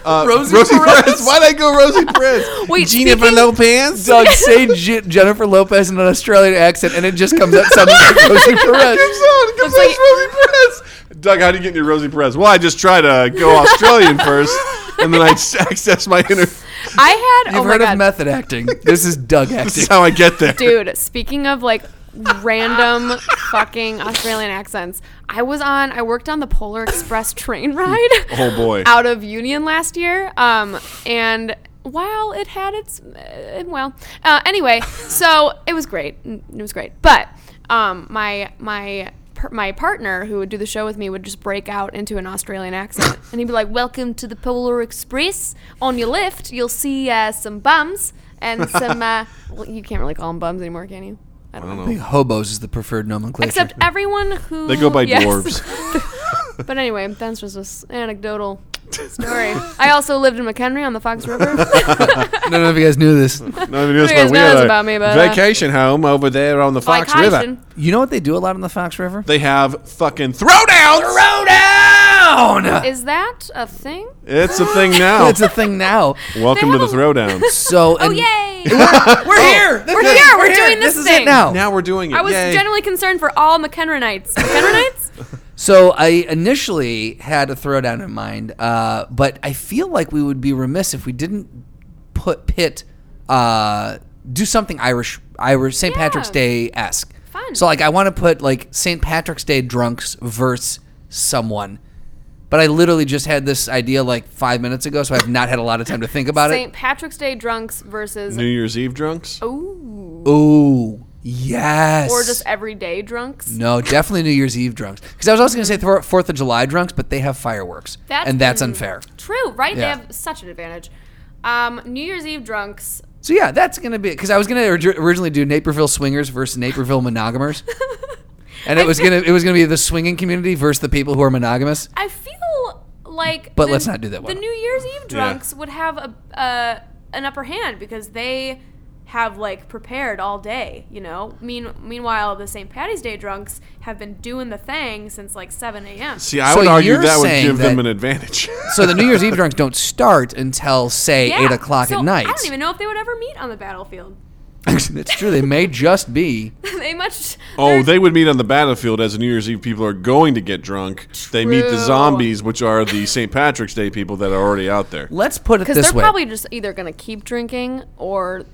Uh,
Rosie
Perez.
Perez.
Why did I go Rosie Perez?
Wait,
Jennifer
speaking-
Lopez.
Doug, say Je- Jennifer Lopez in an Australian accent, and it just comes out sounding like Rosie Perez.
Oh
Because
Looks
that's Rosie Perez. Doug, how do you get into Rosie Perez? Well, I just try to go Australian first, and then I s- access my inner.
I had
You've
oh my
heard
god.
of method acting. This is Doug
This is
acting.
how I get there.
dude speaking of like random fucking australian accents i was on i worked on the polar express train ride
Oh, boy.
out of union last year um and while it had its uh, well uh, anyway so it was great N- it was great but um my my par- my partner who would do the show with me would just break out into an Australian accent and he'd be like, Welcome to the Polar Express. On your left, you'll see uh, some bums and some. Uh, well, you can't really call them bums anymore, can you? I don't, know.
I think Hobos is the preferred nomenclature.
Except everyone who.
They go by
Yes.
dwarves.
But anyway, that's just an anecdotal story. I also lived in McHenry on the Fox River.
I don't know if you guys knew this.
No, I mean, it's
You guys
like
know
we had
this
a
about me, but, uh,
vacation home over there on the Fox River.
Heisen.
You know what they do a lot on the Fox River?
They have fucking throwdowns.
Throwdown.
Is that a thing?
It's a thing now.
It's a thing now.
Welcome
They
to the
have a-
throwdown.
So
Oh,
and
yay!
we're here.
We're here. We're doing this,
This is
thing.
it now.
now we're doing it.
I was
Yay.
genuinely concerned for all McHenryites. McHenryites?
So I initially had a throwdown in mind, uh, but I feel like we would be remiss if we didn't put Pitt uh, do something Irish, Irish St. Patrick's Day esque.
Fun.
So like I want to put like St. Patrick's Day drunks versus someone. But I literally just had this idea like five minutes ago, so I've not had a lot of time to think about
St. Patrick's Day drunks versus.
New Year's Eve drunks.
Oh. Ooh.
it. Ooh, yes.
Or just everyday drunks.
No, definitely New Year's Eve drunks. Because I was also going to say Thor- Fourth of July drunks, but they have fireworks,
That's-
and that's
mm.
unfair.
True, right?
Yeah.
They have such an advantage. Um, New Year's Eve drunks.
So yeah, that's going to be because I was going to originally do Naperville swingers versus Naperville monogamers, and it was gonna it was going to be the swinging community versus the people who are monogamous.
I feel like
But
the-
let's not do that one.
The New Year's Eve drunks would have a uh, an upper hand because they have like prepared all day, you know. Mean meanwhile, the St. Patty's Day drunks have been doing the thing since like 7 a.m.
See, I
So
would argue
you're
that would
saying
give them
that-
an advantage.
So the New Year's Eve drunks don't start until say
Yeah,
eight o'clock
so
at night.
I don't even know if they would ever meet on the battlefield.
That's true. They may just be.
they much.
oh,
they're-
they would meet on the battlefield as a New Year's Eve people are going to get drunk. They meet the
True.
zombies, which are the St. Patrick's Day people that are already out there.
Let's put it
Because
this
they're
way.
probably just either gonna keep drinking or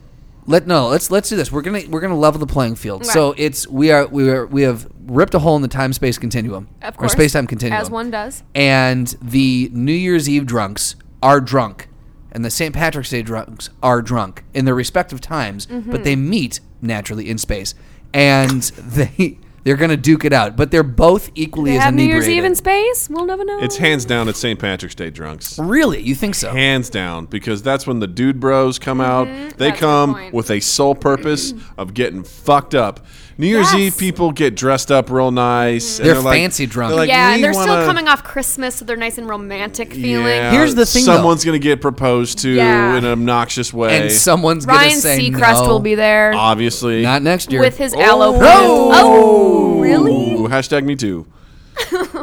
Let no. Let's let's do this. We're gonna we're gonna level the playing field.
Okay.
So it's we are we are we have ripped a hole in the time space continuum
of
or
course
space time continuum
as one does.
and the New Year's Eve drunks are drunk, and the St. Patrick's Day drunks are drunk in their respective times, but
Mm-hmm.
they meet naturally in space, and they they're gonna duke it out. But they're both equally
They
as
have New
inebriated.
Year's Eve in space. We'll never know.
It's hands down at St. Patrick's Day drunks.
really, you think so?
Hands down, because that's when the dude bros come out. They
Mm-hmm. that's a good
come
point.
with a sole purpose of getting fucked up. New Year's
Yes. Mm-hmm.
Eve people get dressed up real nice. and
They're
like-
fancy drunk.
like,
yeah, and
"We
they're still
wanna-
coming off Christmas, so they're nice and romantic feeling.
Yeah,
Here's the thing, though.
someone's going to get proposed to
Yeah.
in an obnoxious way.
and someone's
Ryan
gonna say
Seacrest
no.
will be there
obviously.
not next year
with his aloe. print.
Oh!
oh, really?
Ooh, hashtag me too.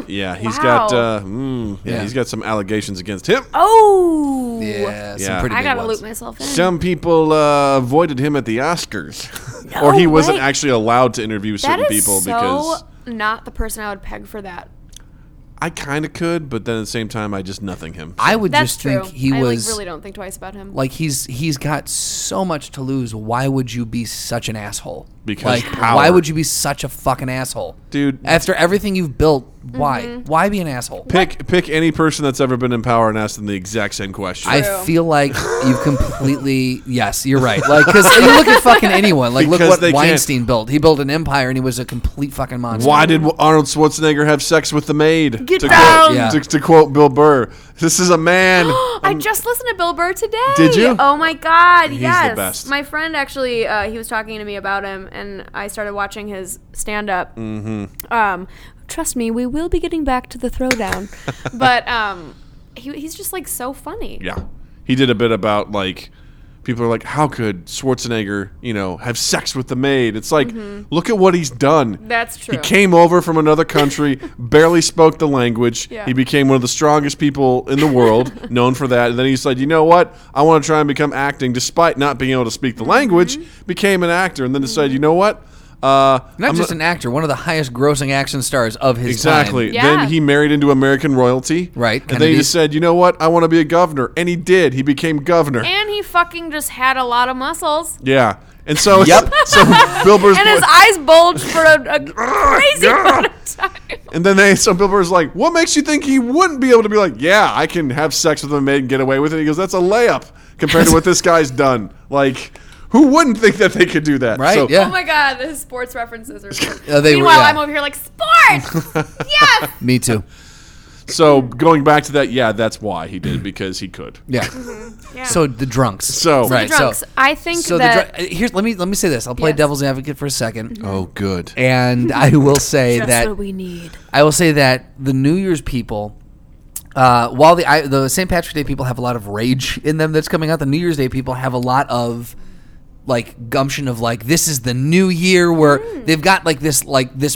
Yeah, he's
Wow.
got uh, mm, yeah,
Yeah.
he's got some allegations against him.
Oh,
Yeah, some
Yeah.
pretty
I
big
gotta
ones.
loop myself in.
Some people uh, avoided him at the Oscars, or he wasn't
way.
actually allowed to interview
that
certain
is
people
so
because
not the person I would peg for that.
I kind of could, but then at the same time, I just nothing him.
I would
That's
just
true.
think he
I
was
like, really don't think twice about him.
like he's he's got so much to lose. Why would you be such an asshole?
Because
like
power.
why would you be such a fucking asshole,
Dude.
After everything you've built, why
Mm-hmm.
why be an asshole?
Pick pick any person that's ever been in power and ask them the exact same question.
I
True.
feel like you've completely yes, you're right. Like because you look at fucking anyone. Like
Because
look
they
what
can't-
Weinstein built. He built an empire and he was a complete fucking monster.
Why did Arnold Schwarzenegger have sex with the maid?
Get
to
down!
Quote,
Yeah.
to, to quote Bill Burr, "This is a man."
I just listened to Bill Burr today.
Did you?
Oh my God!
He's the
yes,
best.
my friend actually uh, he was talking to me about him, and I started watching his stand up. Mm-hmm. Um, trust me, we will be getting back to the throwdown, but um, he, he's just like so funny.
Yeah. He did a bit about like people are like, how could Schwarzenegger, you know, have sex with the maid? It's like,
Mm-hmm.
look at what he's done.
That's
He
true.
came over from another country, barely spoke the language.
Yeah.
He became one of the strongest people in the world, known for that. And then he said, "You know what? I want to try and become acting, despite not being able to speak
Mm-hmm.
the language." Became an actor, and then decided, "You know what? Uh,
Not
I'm
just an actor, one of the highest grossing action stars of his
Exactly.
time.
Yeah.
Then he married into American royalty.
Right,
And then he
Kennedy.
just said, you know what? I want to be a governor. And he did. He became governor.
And he fucking just had a lot of muscles,
yeah. And so,
Yep.
so Bill Burr's
and his
boy-
eyes bulged for a, a crazy amount of time.
and then they, so Bill Burr's like, what makes you think he wouldn't be able to be like, yeah, I can have sex with a maid and get away with it? He goes, that's a layup compared to what this guy's done. Like, who wouldn't think that they could do that?
Right?
So-
yeah.
Oh my God, his sports references are.
Uh, they were-
Meanwhile,
yeah.
I'm over here like sports. yes.
Me too.
Mm-hmm.
So going back to that, yeah, that's why he did because he could.
Yeah. So the drunks.
So- So the
right.
drunks.
So
I think
so
that
the dr- uh, here's let me let me say this. I'll play
Yes. Mm-hmm.
devil's advocate for a 2nd
Oh, good.
and I will say
that's
that
what we need.
I will say that the New Year's people, uh, while the I, the St. Patrick's Day people have a lot of rage in them that's coming out, the New Year's Day people have a lot of like gumption of like this is the new year where
Mm.
they've got like this like this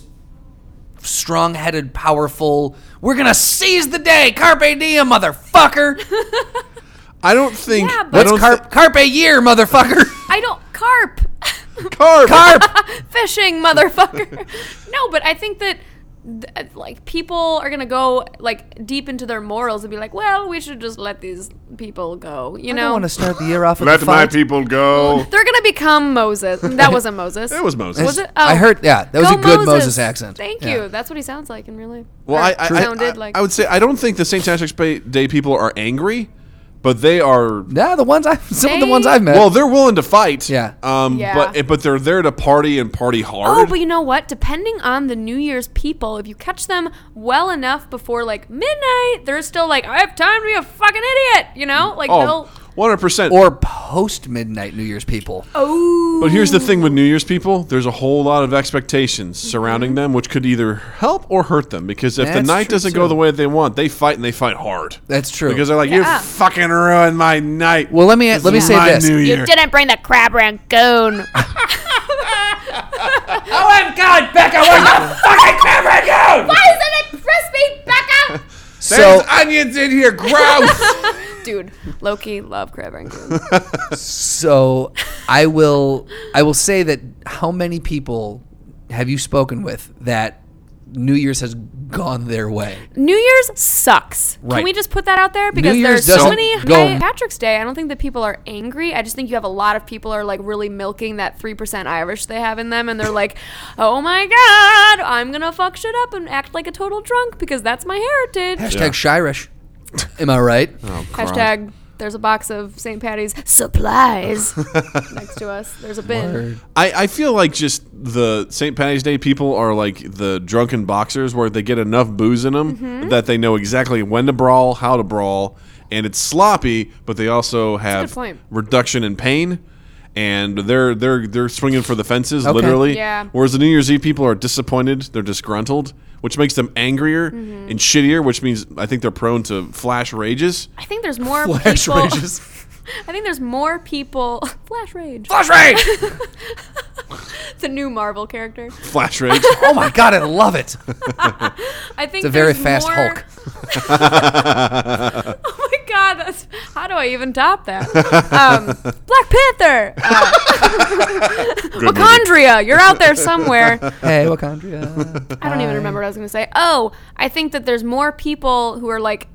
strong-headed, powerful. We're gonna seize the day, carpe diem, motherfucker.
I don't think.
Yeah, but-
Let's
I don't
carp carpe year, motherfucker.
I don't carp
think- carp.
Carp.
fishing, motherfucker. no, but I think that th- like people are gonna go like deep into their morals and be like, well, we should just let these people go. You
I don't
know,
want to start the year off with
Let
a
my
fight.
people go.
they're gonna become Moses. That wasn't Moses.
It was Moses.
Was it?
I
Oh.
heard. Yeah, that was
Go
a good Moses, accent.
Thank
Yeah.
you. That's what he sounds like in real life.
Well,
Or
I, I, I,
sounded
I-
like
I would say I don't think the St. Patrick's Bay- Day people are angry, but they are.
Yeah, the ones I some of the
They-
ones I've met.
Well, they're willing to fight.
Yeah.
Um.
Yeah.
But but they're there to party and party hard.
Oh, but you know what? Depending on the New Year's people, if you catch them well enough before like midnight, they're still like, I have time to be a fucking idiot, you know? Like
Oh,
they'll
One hundred percent.
or post midnight New Year's people.
But here's the thing with New Year's people, there's a whole lot of expectations surrounding them, which could either help or hurt them. Because if the
That's
night
true,
doesn't
too.
go the way they want, they fight and they fight hard.
That's true.
Because they're like,
Yeah.
you fucking ruined my night.
Well, let me-
This
let me
is
say
my
this.
New
You
Year."
didn't bring the crab rangoon.
Oh my God, Becca, where's the fucking camera go?
Why isn't it crispy, Becca?
so
onions in here, gross.
Dude, Loki, love crab rangoon.
so I will I will say that how many people have you spoken with that New Year's has gone their way?
New Year's sucks.
Right.
Can we just put that out there? Because there's
Year's
so
doesn't
many.
go-
St. Patrick's Day. I don't think that people are angry. I just think you have a lot of people are like really milking that three percent Irish they have in them, and they're like, "Oh my god, I'm gonna fuck shit up and act like a total drunk because that's my heritage."
Hashtag Shirish. Am I right?
Hashtag. There's a box of St. Patty's supplies next to us. There's a bin.
I, I feel like just the St. Patty's Day people are like the drunken boxers where they get enough booze in them
Mm-hmm.
that they know exactly when to brawl, how to brawl, and it's sloppy, but they also have
point.
reduction in pain. And they're they're they're swinging for the fences,
Okay.
literally.
Yeah.
Whereas the New Year's Eve people are disappointed, they're disgruntled, which makes them angrier
Mm-hmm.
and shittier, which means I think they're prone to flash rages.
I think there's more
Flash
people.
rages.
I think there's more people. Flash rage.
Flash raid!
The new Marvel character.
Flash rage.
Oh my god, I love it.
I think
It's a very
there's
fast
more-
Hulk.
Oh my god, that's how do I even top that? Um, Black Panther, uh,
Good movie.
Chondria, you're out there somewhere.
Hey, Wakandria.
I don't even remember what I was going to say. Oh, I think that there's more people who are like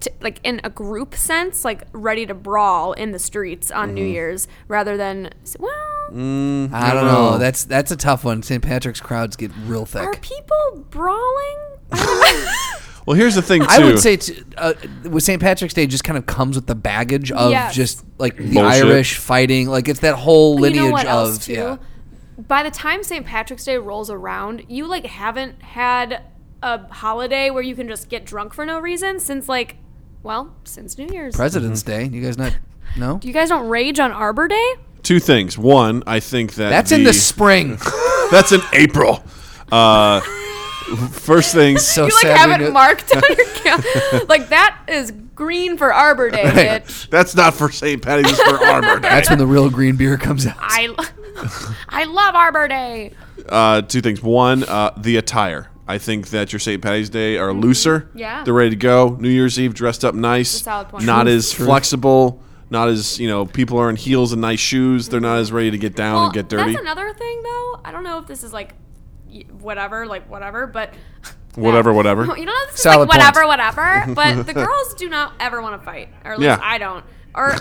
t- like in a group sense, like ready to brawl in the streets on
Mm-hmm.
New Year's rather than well,
Mm. I don't know. That's that's a tough one. St. Patrick's crowds get real
are
thick.
people brawling? I don't know.
Well, here's the thing too.
I would say t- uh, with St. Patrick's Day just kind of comes with the baggage of
Yes.
just like the
Bullshit.
Irish fighting. Like it's that whole
But
lineage
you know what
of
else too?
yeah.
By the time St. Patrick's Day rolls around, you like haven't had a holiday where you can just get drunk for no reason since like, well, since New Year's.
President's
Mm-hmm.
Day. You guys not no?
you guys don't rage on Arbor Day?
two things. One, I think that
That's in the spring.
That's in April. Uh, first thing,
So
you like
sad we
haven't
knew-
marked on your calendar. like that is green for Arbor Day, bitch.
that's not for St. Patty's, it's for Arbor Day.
That's when the real green beer comes out.
I, lo- I love Arbor Day.
Uh, two things. One, uh, the attire. I think that your St. Patty's Day are looser.
Mm-hmm. Yeah.
They're ready to go. New Year's Eve dressed up nice.
solid point.
Not as flexible. Not as, you know, people are in heels and nice shoes. They're not as ready to get down
Well,
and get dirty.
That's another thing, though. I don't know if this is like y- whatever, like whatever, but uh,
Whatever, whatever.
You know, this is like
Solid point.
whatever, whatever. But the girls do not ever want to fight, or at least
Yeah.
I don't. Or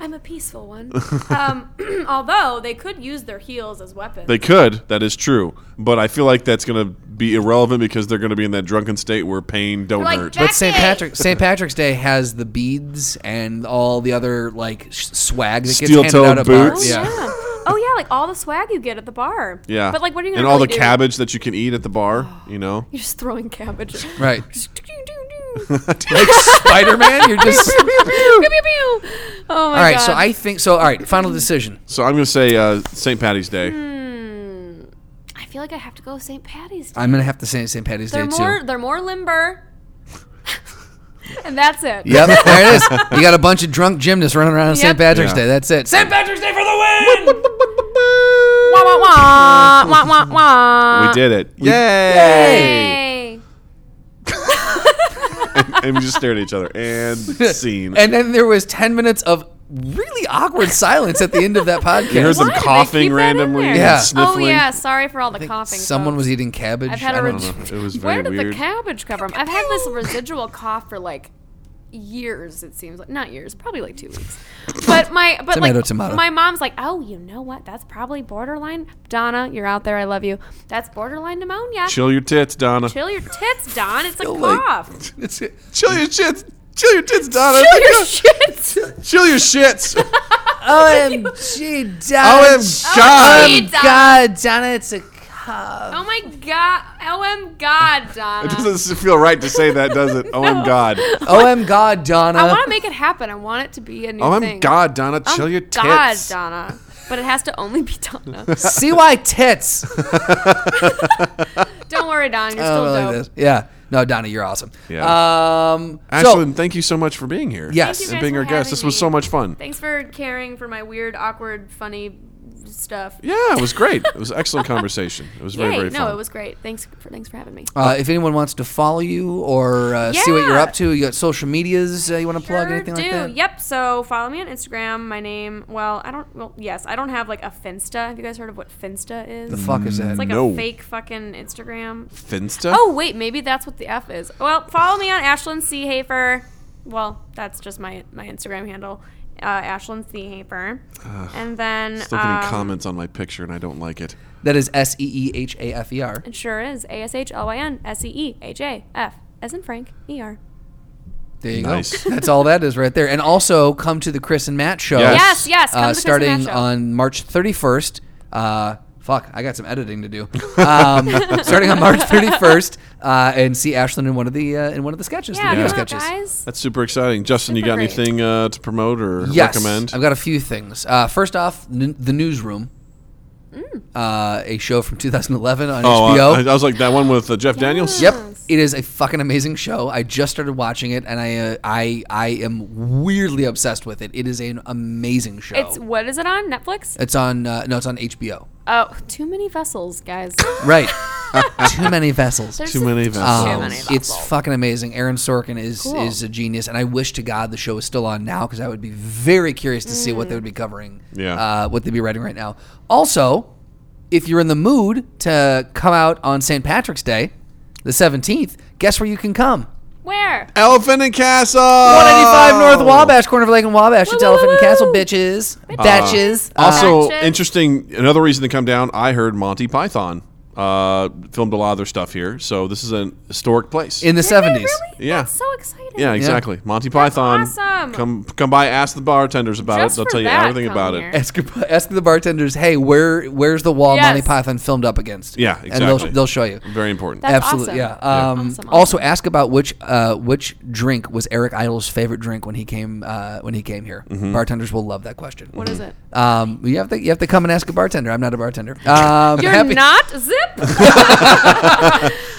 I'm a peaceful one. Um, although they could use their heels as weapons.
They could. That is true. But I feel like that's going to be irrelevant because they're going to be in that drunken state where pain don't
like,
hurt.
"Back
But St.
Day."
Patrick St. Patrick's Day has the beads and all the other like sh- swag that gets handed
Steel-toed
out at bars.
Oh
boots.
yeah.
Yeah.
Oh yeah, like all the swag you get at the bar.
Yeah.
But like, what are you gonna
And all
really
the
do?
cabbage that you can eat at the bar, you know?
You're just throwing cabbage.
Right.
Just doo-doo-doo-doo.
like Spider-Man, you're just
Pew, pew, pew. Oh my Oh god.
All right, so I think so all right, final decision.
So I'm going to say uh, St. Patty's Day.
I feel like I have to go St. Patty's. Day.
I'm going to have to say St. Patty's
They're
Day
more.
too.
They're more limber. and that's it.
Yep, there it is. You got a bunch of drunk gymnasts running around on St.
Yep.
Patrick's
Yeah.
Day. That's it.
St. Patrick's Day for the win!
Wah, wah, wah, wah, wah, wah.
We did it. Yay!
Hey.
and we just stared at each other. And scene.
And then there was 10 minutes of really awkward silence at the end of that podcast.
you heard them
Why did they
coughing
keep that in
randomly
there?
and
Yeah.
Oh
sniffling.
yeah, sorry for all the coughing.
Someone
folks.
was eating cabbage.
I've had a
I don't
ret-
know.
It was
Where
very
did
weird.
the cabbage come from? I've had this residual cough for like years. It seems like not years, probably like two weeks. But my but
Tomato,
like
tomato.
my mom's like, oh, you know what? That's probably borderline. Donna, you're out there. I love you. That's borderline pneumonia. Chill,
Chill your tits, Donna.
your tits, Don. It's a
like-
cough.
It's it.
Chill your tits. Chill your tits, Donna.
Chill your shits.
Chill your shits. Oh,
OMG, Donna.
OMG.
Oh, Donna.
God, Donna, it's a
Oh my god. OM God,
It
Donna.
doesn't feel right to say that, does it? Oh, I'm God.
OM God, Donna.
I want to make it happen. I want it to be a new
Oh,
thing.
I'm God, Donna. Chill
I'm
your
God,
tits.
Donna. But it has to only be Donna.
CY tits.
Don't worry, Don. You're
Oh,
still
I
dope.
like this. Yeah. No, Donna, you're awesome.
Yeah.
Um,
Ashlyn,
so,
thank you so much for being here.
Yes. Thank you
and
guys
being
for
our guest.
having
This was
me.
so much fun.
Thanks for caring for my weird, awkward, funny stuff.
Yeah, it was great. It was an excellent conversation. It was very,
Yay.
very
no,
fun.
it was great. Thanks for thanks for having me.
uh, if anyone wants to follow you or uh, see what you're
Yeah.
up to, you got social medias uh, you want to plug,
Sure
anything
do.
like that?
Yep. So follow me on Instagram. My name. Well, I don't. Well, yes, I don't have like a Finsta. Have you guys heard of what Finsta is?
The fuck is that?
It's like
No.
a fake fucking Instagram.
Finsta?
Oh wait, maybe that's what the F is. Well, follow me on Ashlyn C Hafer. Well, that's just my my Instagram handle, uh, Ashlyn C Hafer. and then
Still getting
um,
comments on my picture, and I don't like it.
that is S E E H A F E R.
It sure is A S H L Y N S E E H A F as in Frank E R.
There you
Nice.
go. That's all that is right there. And also, come to the Chris and Matt show.
Yes.
Yes, yes. Come to the
uh,
Chris and Matt
starting
show.
on March 31st. Uh, fuck, I got some editing to do. Um, starting on March 31st, uh, and see Ashlyn in one of the uh, in one of the sketches.
yeah,
the video
come out,
sketches.
guys.
That's super exciting. Justin, you
Super
got
great.
anything uh, to promote or
Yes,
recommend?
I've got a few things. Uh, first off, n- the newsroom. Uh, a show from 2011 on
oh,
HBO.
I, I was like that one with uh, Jeff Daniels.
Yep, it is a fucking amazing show. I just started watching it, and I uh, I I am weirdly obsessed with it. It is an amazing show.
It's what is it on Netflix?
It's on uh, no, it's on HBO.
Oh, too many vessels, guys.
Right, too many vessels.
There's
Too many
too
vessels.
many
Um,
vessels.
it's fucking amazing. Aaron Sorkin is
Cool.
is a genius, and I wish to God the show is still on now because I would be very curious to see
Mm.
what they would be covering.
Yeah.
uh, what they'd be writing right now. Also, if you're in the mood to come out on St. Patrick's Day, the seventeenth, guess where you can come.
Where?
Elephant and Castle.
185
Oh.
North Wabash, corner of Lake and Wabash. It's
woo,
Elephant and
woo.
Castle, bitches. Uh, Batches.
Also,
Gotcha.
interesting. Another reason to come down. I heard Monty Python uh, filmed a lot of their stuff here, so this is an historic place.
in the
Did they
70s.
Really?
Yeah.
That's so exciting.
yeah, exactly. Monty Python.
awesome.
Come, come by. Ask the bartenders about
Just
it. They'll
for
tell you
that,
everything
come
about
here.
it.
Ask, ask the bartenders, hey, where where's the wall
Yes.
Monty Python filmed up against?
Yeah,
And they'll,
exactly.
they'll show you.
Very important.
That's
Absolutely,
awesome.
yeah. Um,
Awesome,
Also,
awesome.
ask about which uh, which drink was Eric Idle's favorite drink when he came uh, when he came here.
Mm-hmm.
Bartenders will love that question.
What is it?
Um, you have to you have to come and ask a bartender. I'm not a bartender. Um,
You're
happy-
not zip.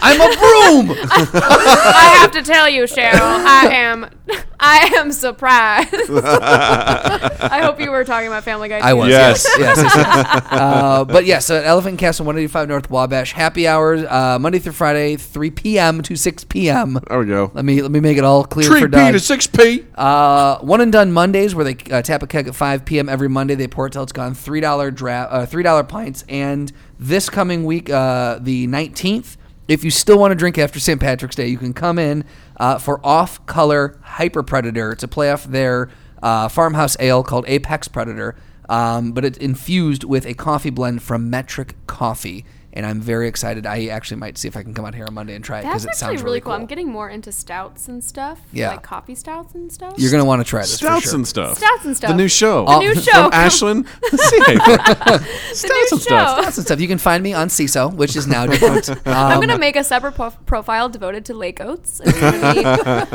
I'm a broom.
I have to tell you, Cheryl, I am, I am surprised. I hope you were talking about Family Guy.
I
too.
was.
Yes.
Yes. yes, yes, yes. uh, but yes, so at Elephant and Castle, 185 North Wabash, happy hours, uh, Monday through Friday, 3 p.m. to 6 p.m.
There we go.
Let me let me make it all clear
Three
for
P
Doug.
to six P.
Uh, one and done Mondays where they uh, tap a keg at 5 p.m. every Monday. They pour it till it's gone. Three dollar draft, uh, three dollar pints. And this coming week, uh, the 19th, if you still want to drink after St. Patrick's Day, you can come in uh, for Off Color Hyper Predator. It's a play off their uh, farmhouse ale called Apex Predator, um, but it's infused with a coffee blend from Metric Coffee. And I'm very excited. I actually might see if I can come out here on Monday and try it because
That's
it
actually
sounds
really, cool. I'm getting more into stouts and stuff.
Yeah.
Like coffee stouts and stuff.
You're gonna want to try this. for
Stouts
sure.
and stuff.
Stouts and stuff.
The new show.
The new show.
From Ashland. Stouts
the new
and
show.
stuff.
Lots of stuff. You can find me on CISO, which is now defunct.
I'm
Um,
gonna make a separate prof- profile devoted to Lake Oats. It's gonna be,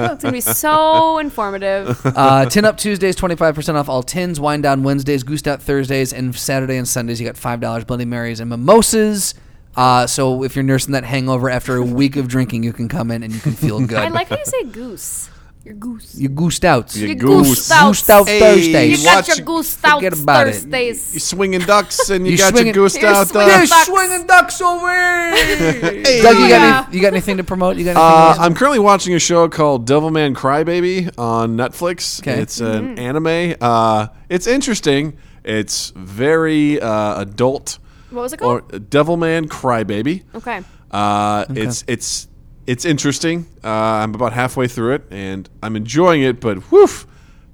it's gonna be so informative.
uh, tin up Tuesdays, 25% off all tins. Wine down Wednesdays, goose out Thursdays, and Saturday and Sundays you got five dollars Bloody Marys and mimosas. Uh, so if you're nursing that hangover after a week of drinking, you can come in and you can feel good.
I like how you say goose. Your goose.
you goosed out.
You
You
goose.
goosed out
Hey,
Thursdays.
You got
Watch-
your goose out
forget about it.
You
Thursdays.
swinging ducks and you,
You
got
swinging-
your goose
You're
out.
swinging
uh,
ducks.
swinging ducks away.
hey.
Doug, you got,
Yeah.
any, you got anything to promote? You got anything
Uh,
to
I'm currently watching a show called Devilman Crybaby on Netflix.
'Kay.
It's an anime. Uh, it's interesting. It's very uh, adult.
What was it
Or
called?
Devilman Crybaby.
okay.
Uh, It's it's it's interesting. Uh, I'm about halfway through it, and I'm enjoying it. But whew,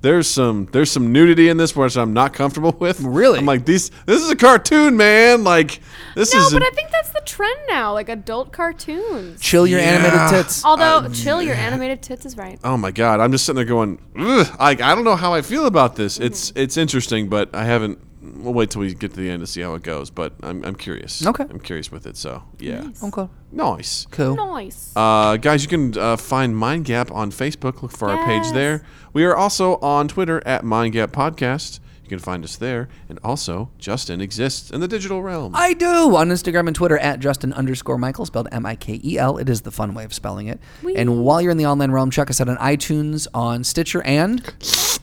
there's some there's some nudity in this, which I'm not comfortable with.
Really?
I'm like these. This is a cartoon, man. Like this
No,
is.
but I think that's the trend now, like adult cartoons.
Chill your animated tits.
Although, chill, your animated tits is right.
oh my god, I'm just sitting there going, Ugh, I I don't know how I feel about this. It's it's interesting, but I haven't we'll wait till we get to the end to see how it goes. But I'm, I'm curious.
Okay.
I'm curious with it. So yeah.
Okay.
Nice.
Cool.
Nice.
Uh, guys, you can uh, find Mind Gap on Facebook. Look for our page
Yes.
there. We are also on Twitter at Mind Gap Podcast. You can find us there. And also, Justin exists in the digital realm.
I do on Instagram and Twitter at Justin underscore Michael, spelled M I K E L. It is the fun way of spelling it. And while you're in the online realm, check us out on iTunes, on Stitcher, and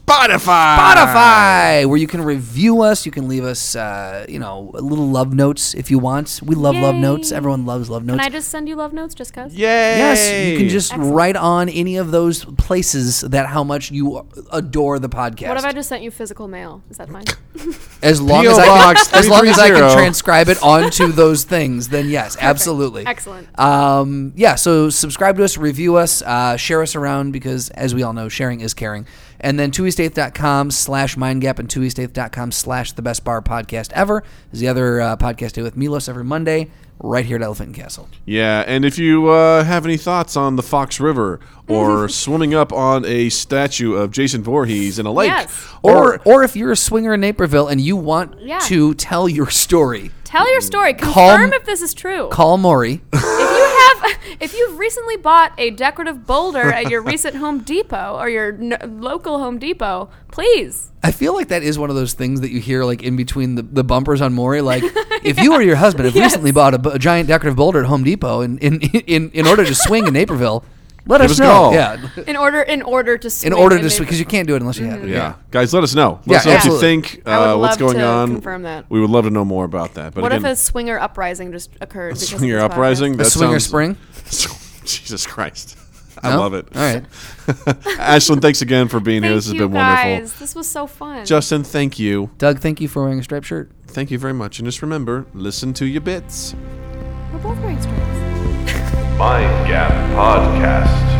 Spotify.
Spotify, where you can review us. You can leave us, uh, you know, little love notes if you want. We love love
Yay.
notes. Everyone loves love notes.
Can I just send you love notes just cause?
Yay!
Yes, you can just
Excellent.
write on any of those places that how much you adore the podcast.
What if I just sent you physical mail? Is that fine?
as long
P.O.
as I can,
Box
as long as I can
330.
transcribe it onto those things, then yes, absolutely,
Excellent.
Um, yeah, so subscribe to us, review us, uh, share us around because, as we all know, sharing is caring. And then twoeastaith.com slash mindgap and twoeastaith.com slash the best bar podcast ever is the other uh, podcast day with Milos every Monday right here at Elephant and Castle.
Yeah, and if you uh, have any thoughts on the Fox River or swimming up on a statue of Jason Voorhees in a lake,
Yes.
Or, or if you're a swinger in Naperville and you want
Yeah.
to tell your story,
Tell
Mm.
your story. Confirm
Calm-
if this is true.
call Maury.
if you have if you've recently bought a decorative boulder at your recent Home Depot or your n- local Home Depot, please.
I feel like that is one of those things that you hear like in between the, the bumpers on Maury. Like, if you or your husband have recently bought a, bu- a giant decorative boulder at Home Depot in in, in, in order to swing in Naperville, let us
us a
know.
call.
Yeah,
In order in order to swing
in order to
and
swing
maybe-
because you can't do it unless you have it.
yeah. guys, let us know. Let
Yeah,
us know
absolutely.
what you think.
I would
Uh, what's
love
going
to
on?
confirm that.
We would love to know more about that. But
What
again,
if a swinger uprising just occurred? because of
swinger
this podcast?
uprising?
A
that
swinger
sounds-
spring.
Jesus Christ, I
No?
love it.
All right.
Ashlyn, thanks again for being
Thank
here. This has
you
been
guys.
wonderful.
This was so fun.
Justin, thank you.
Doug, thank you for wearing a striped shirt.
Thank you very much. And just remember, listen to your bits.
We're both wearing stripes.
Mind Gap Podcast.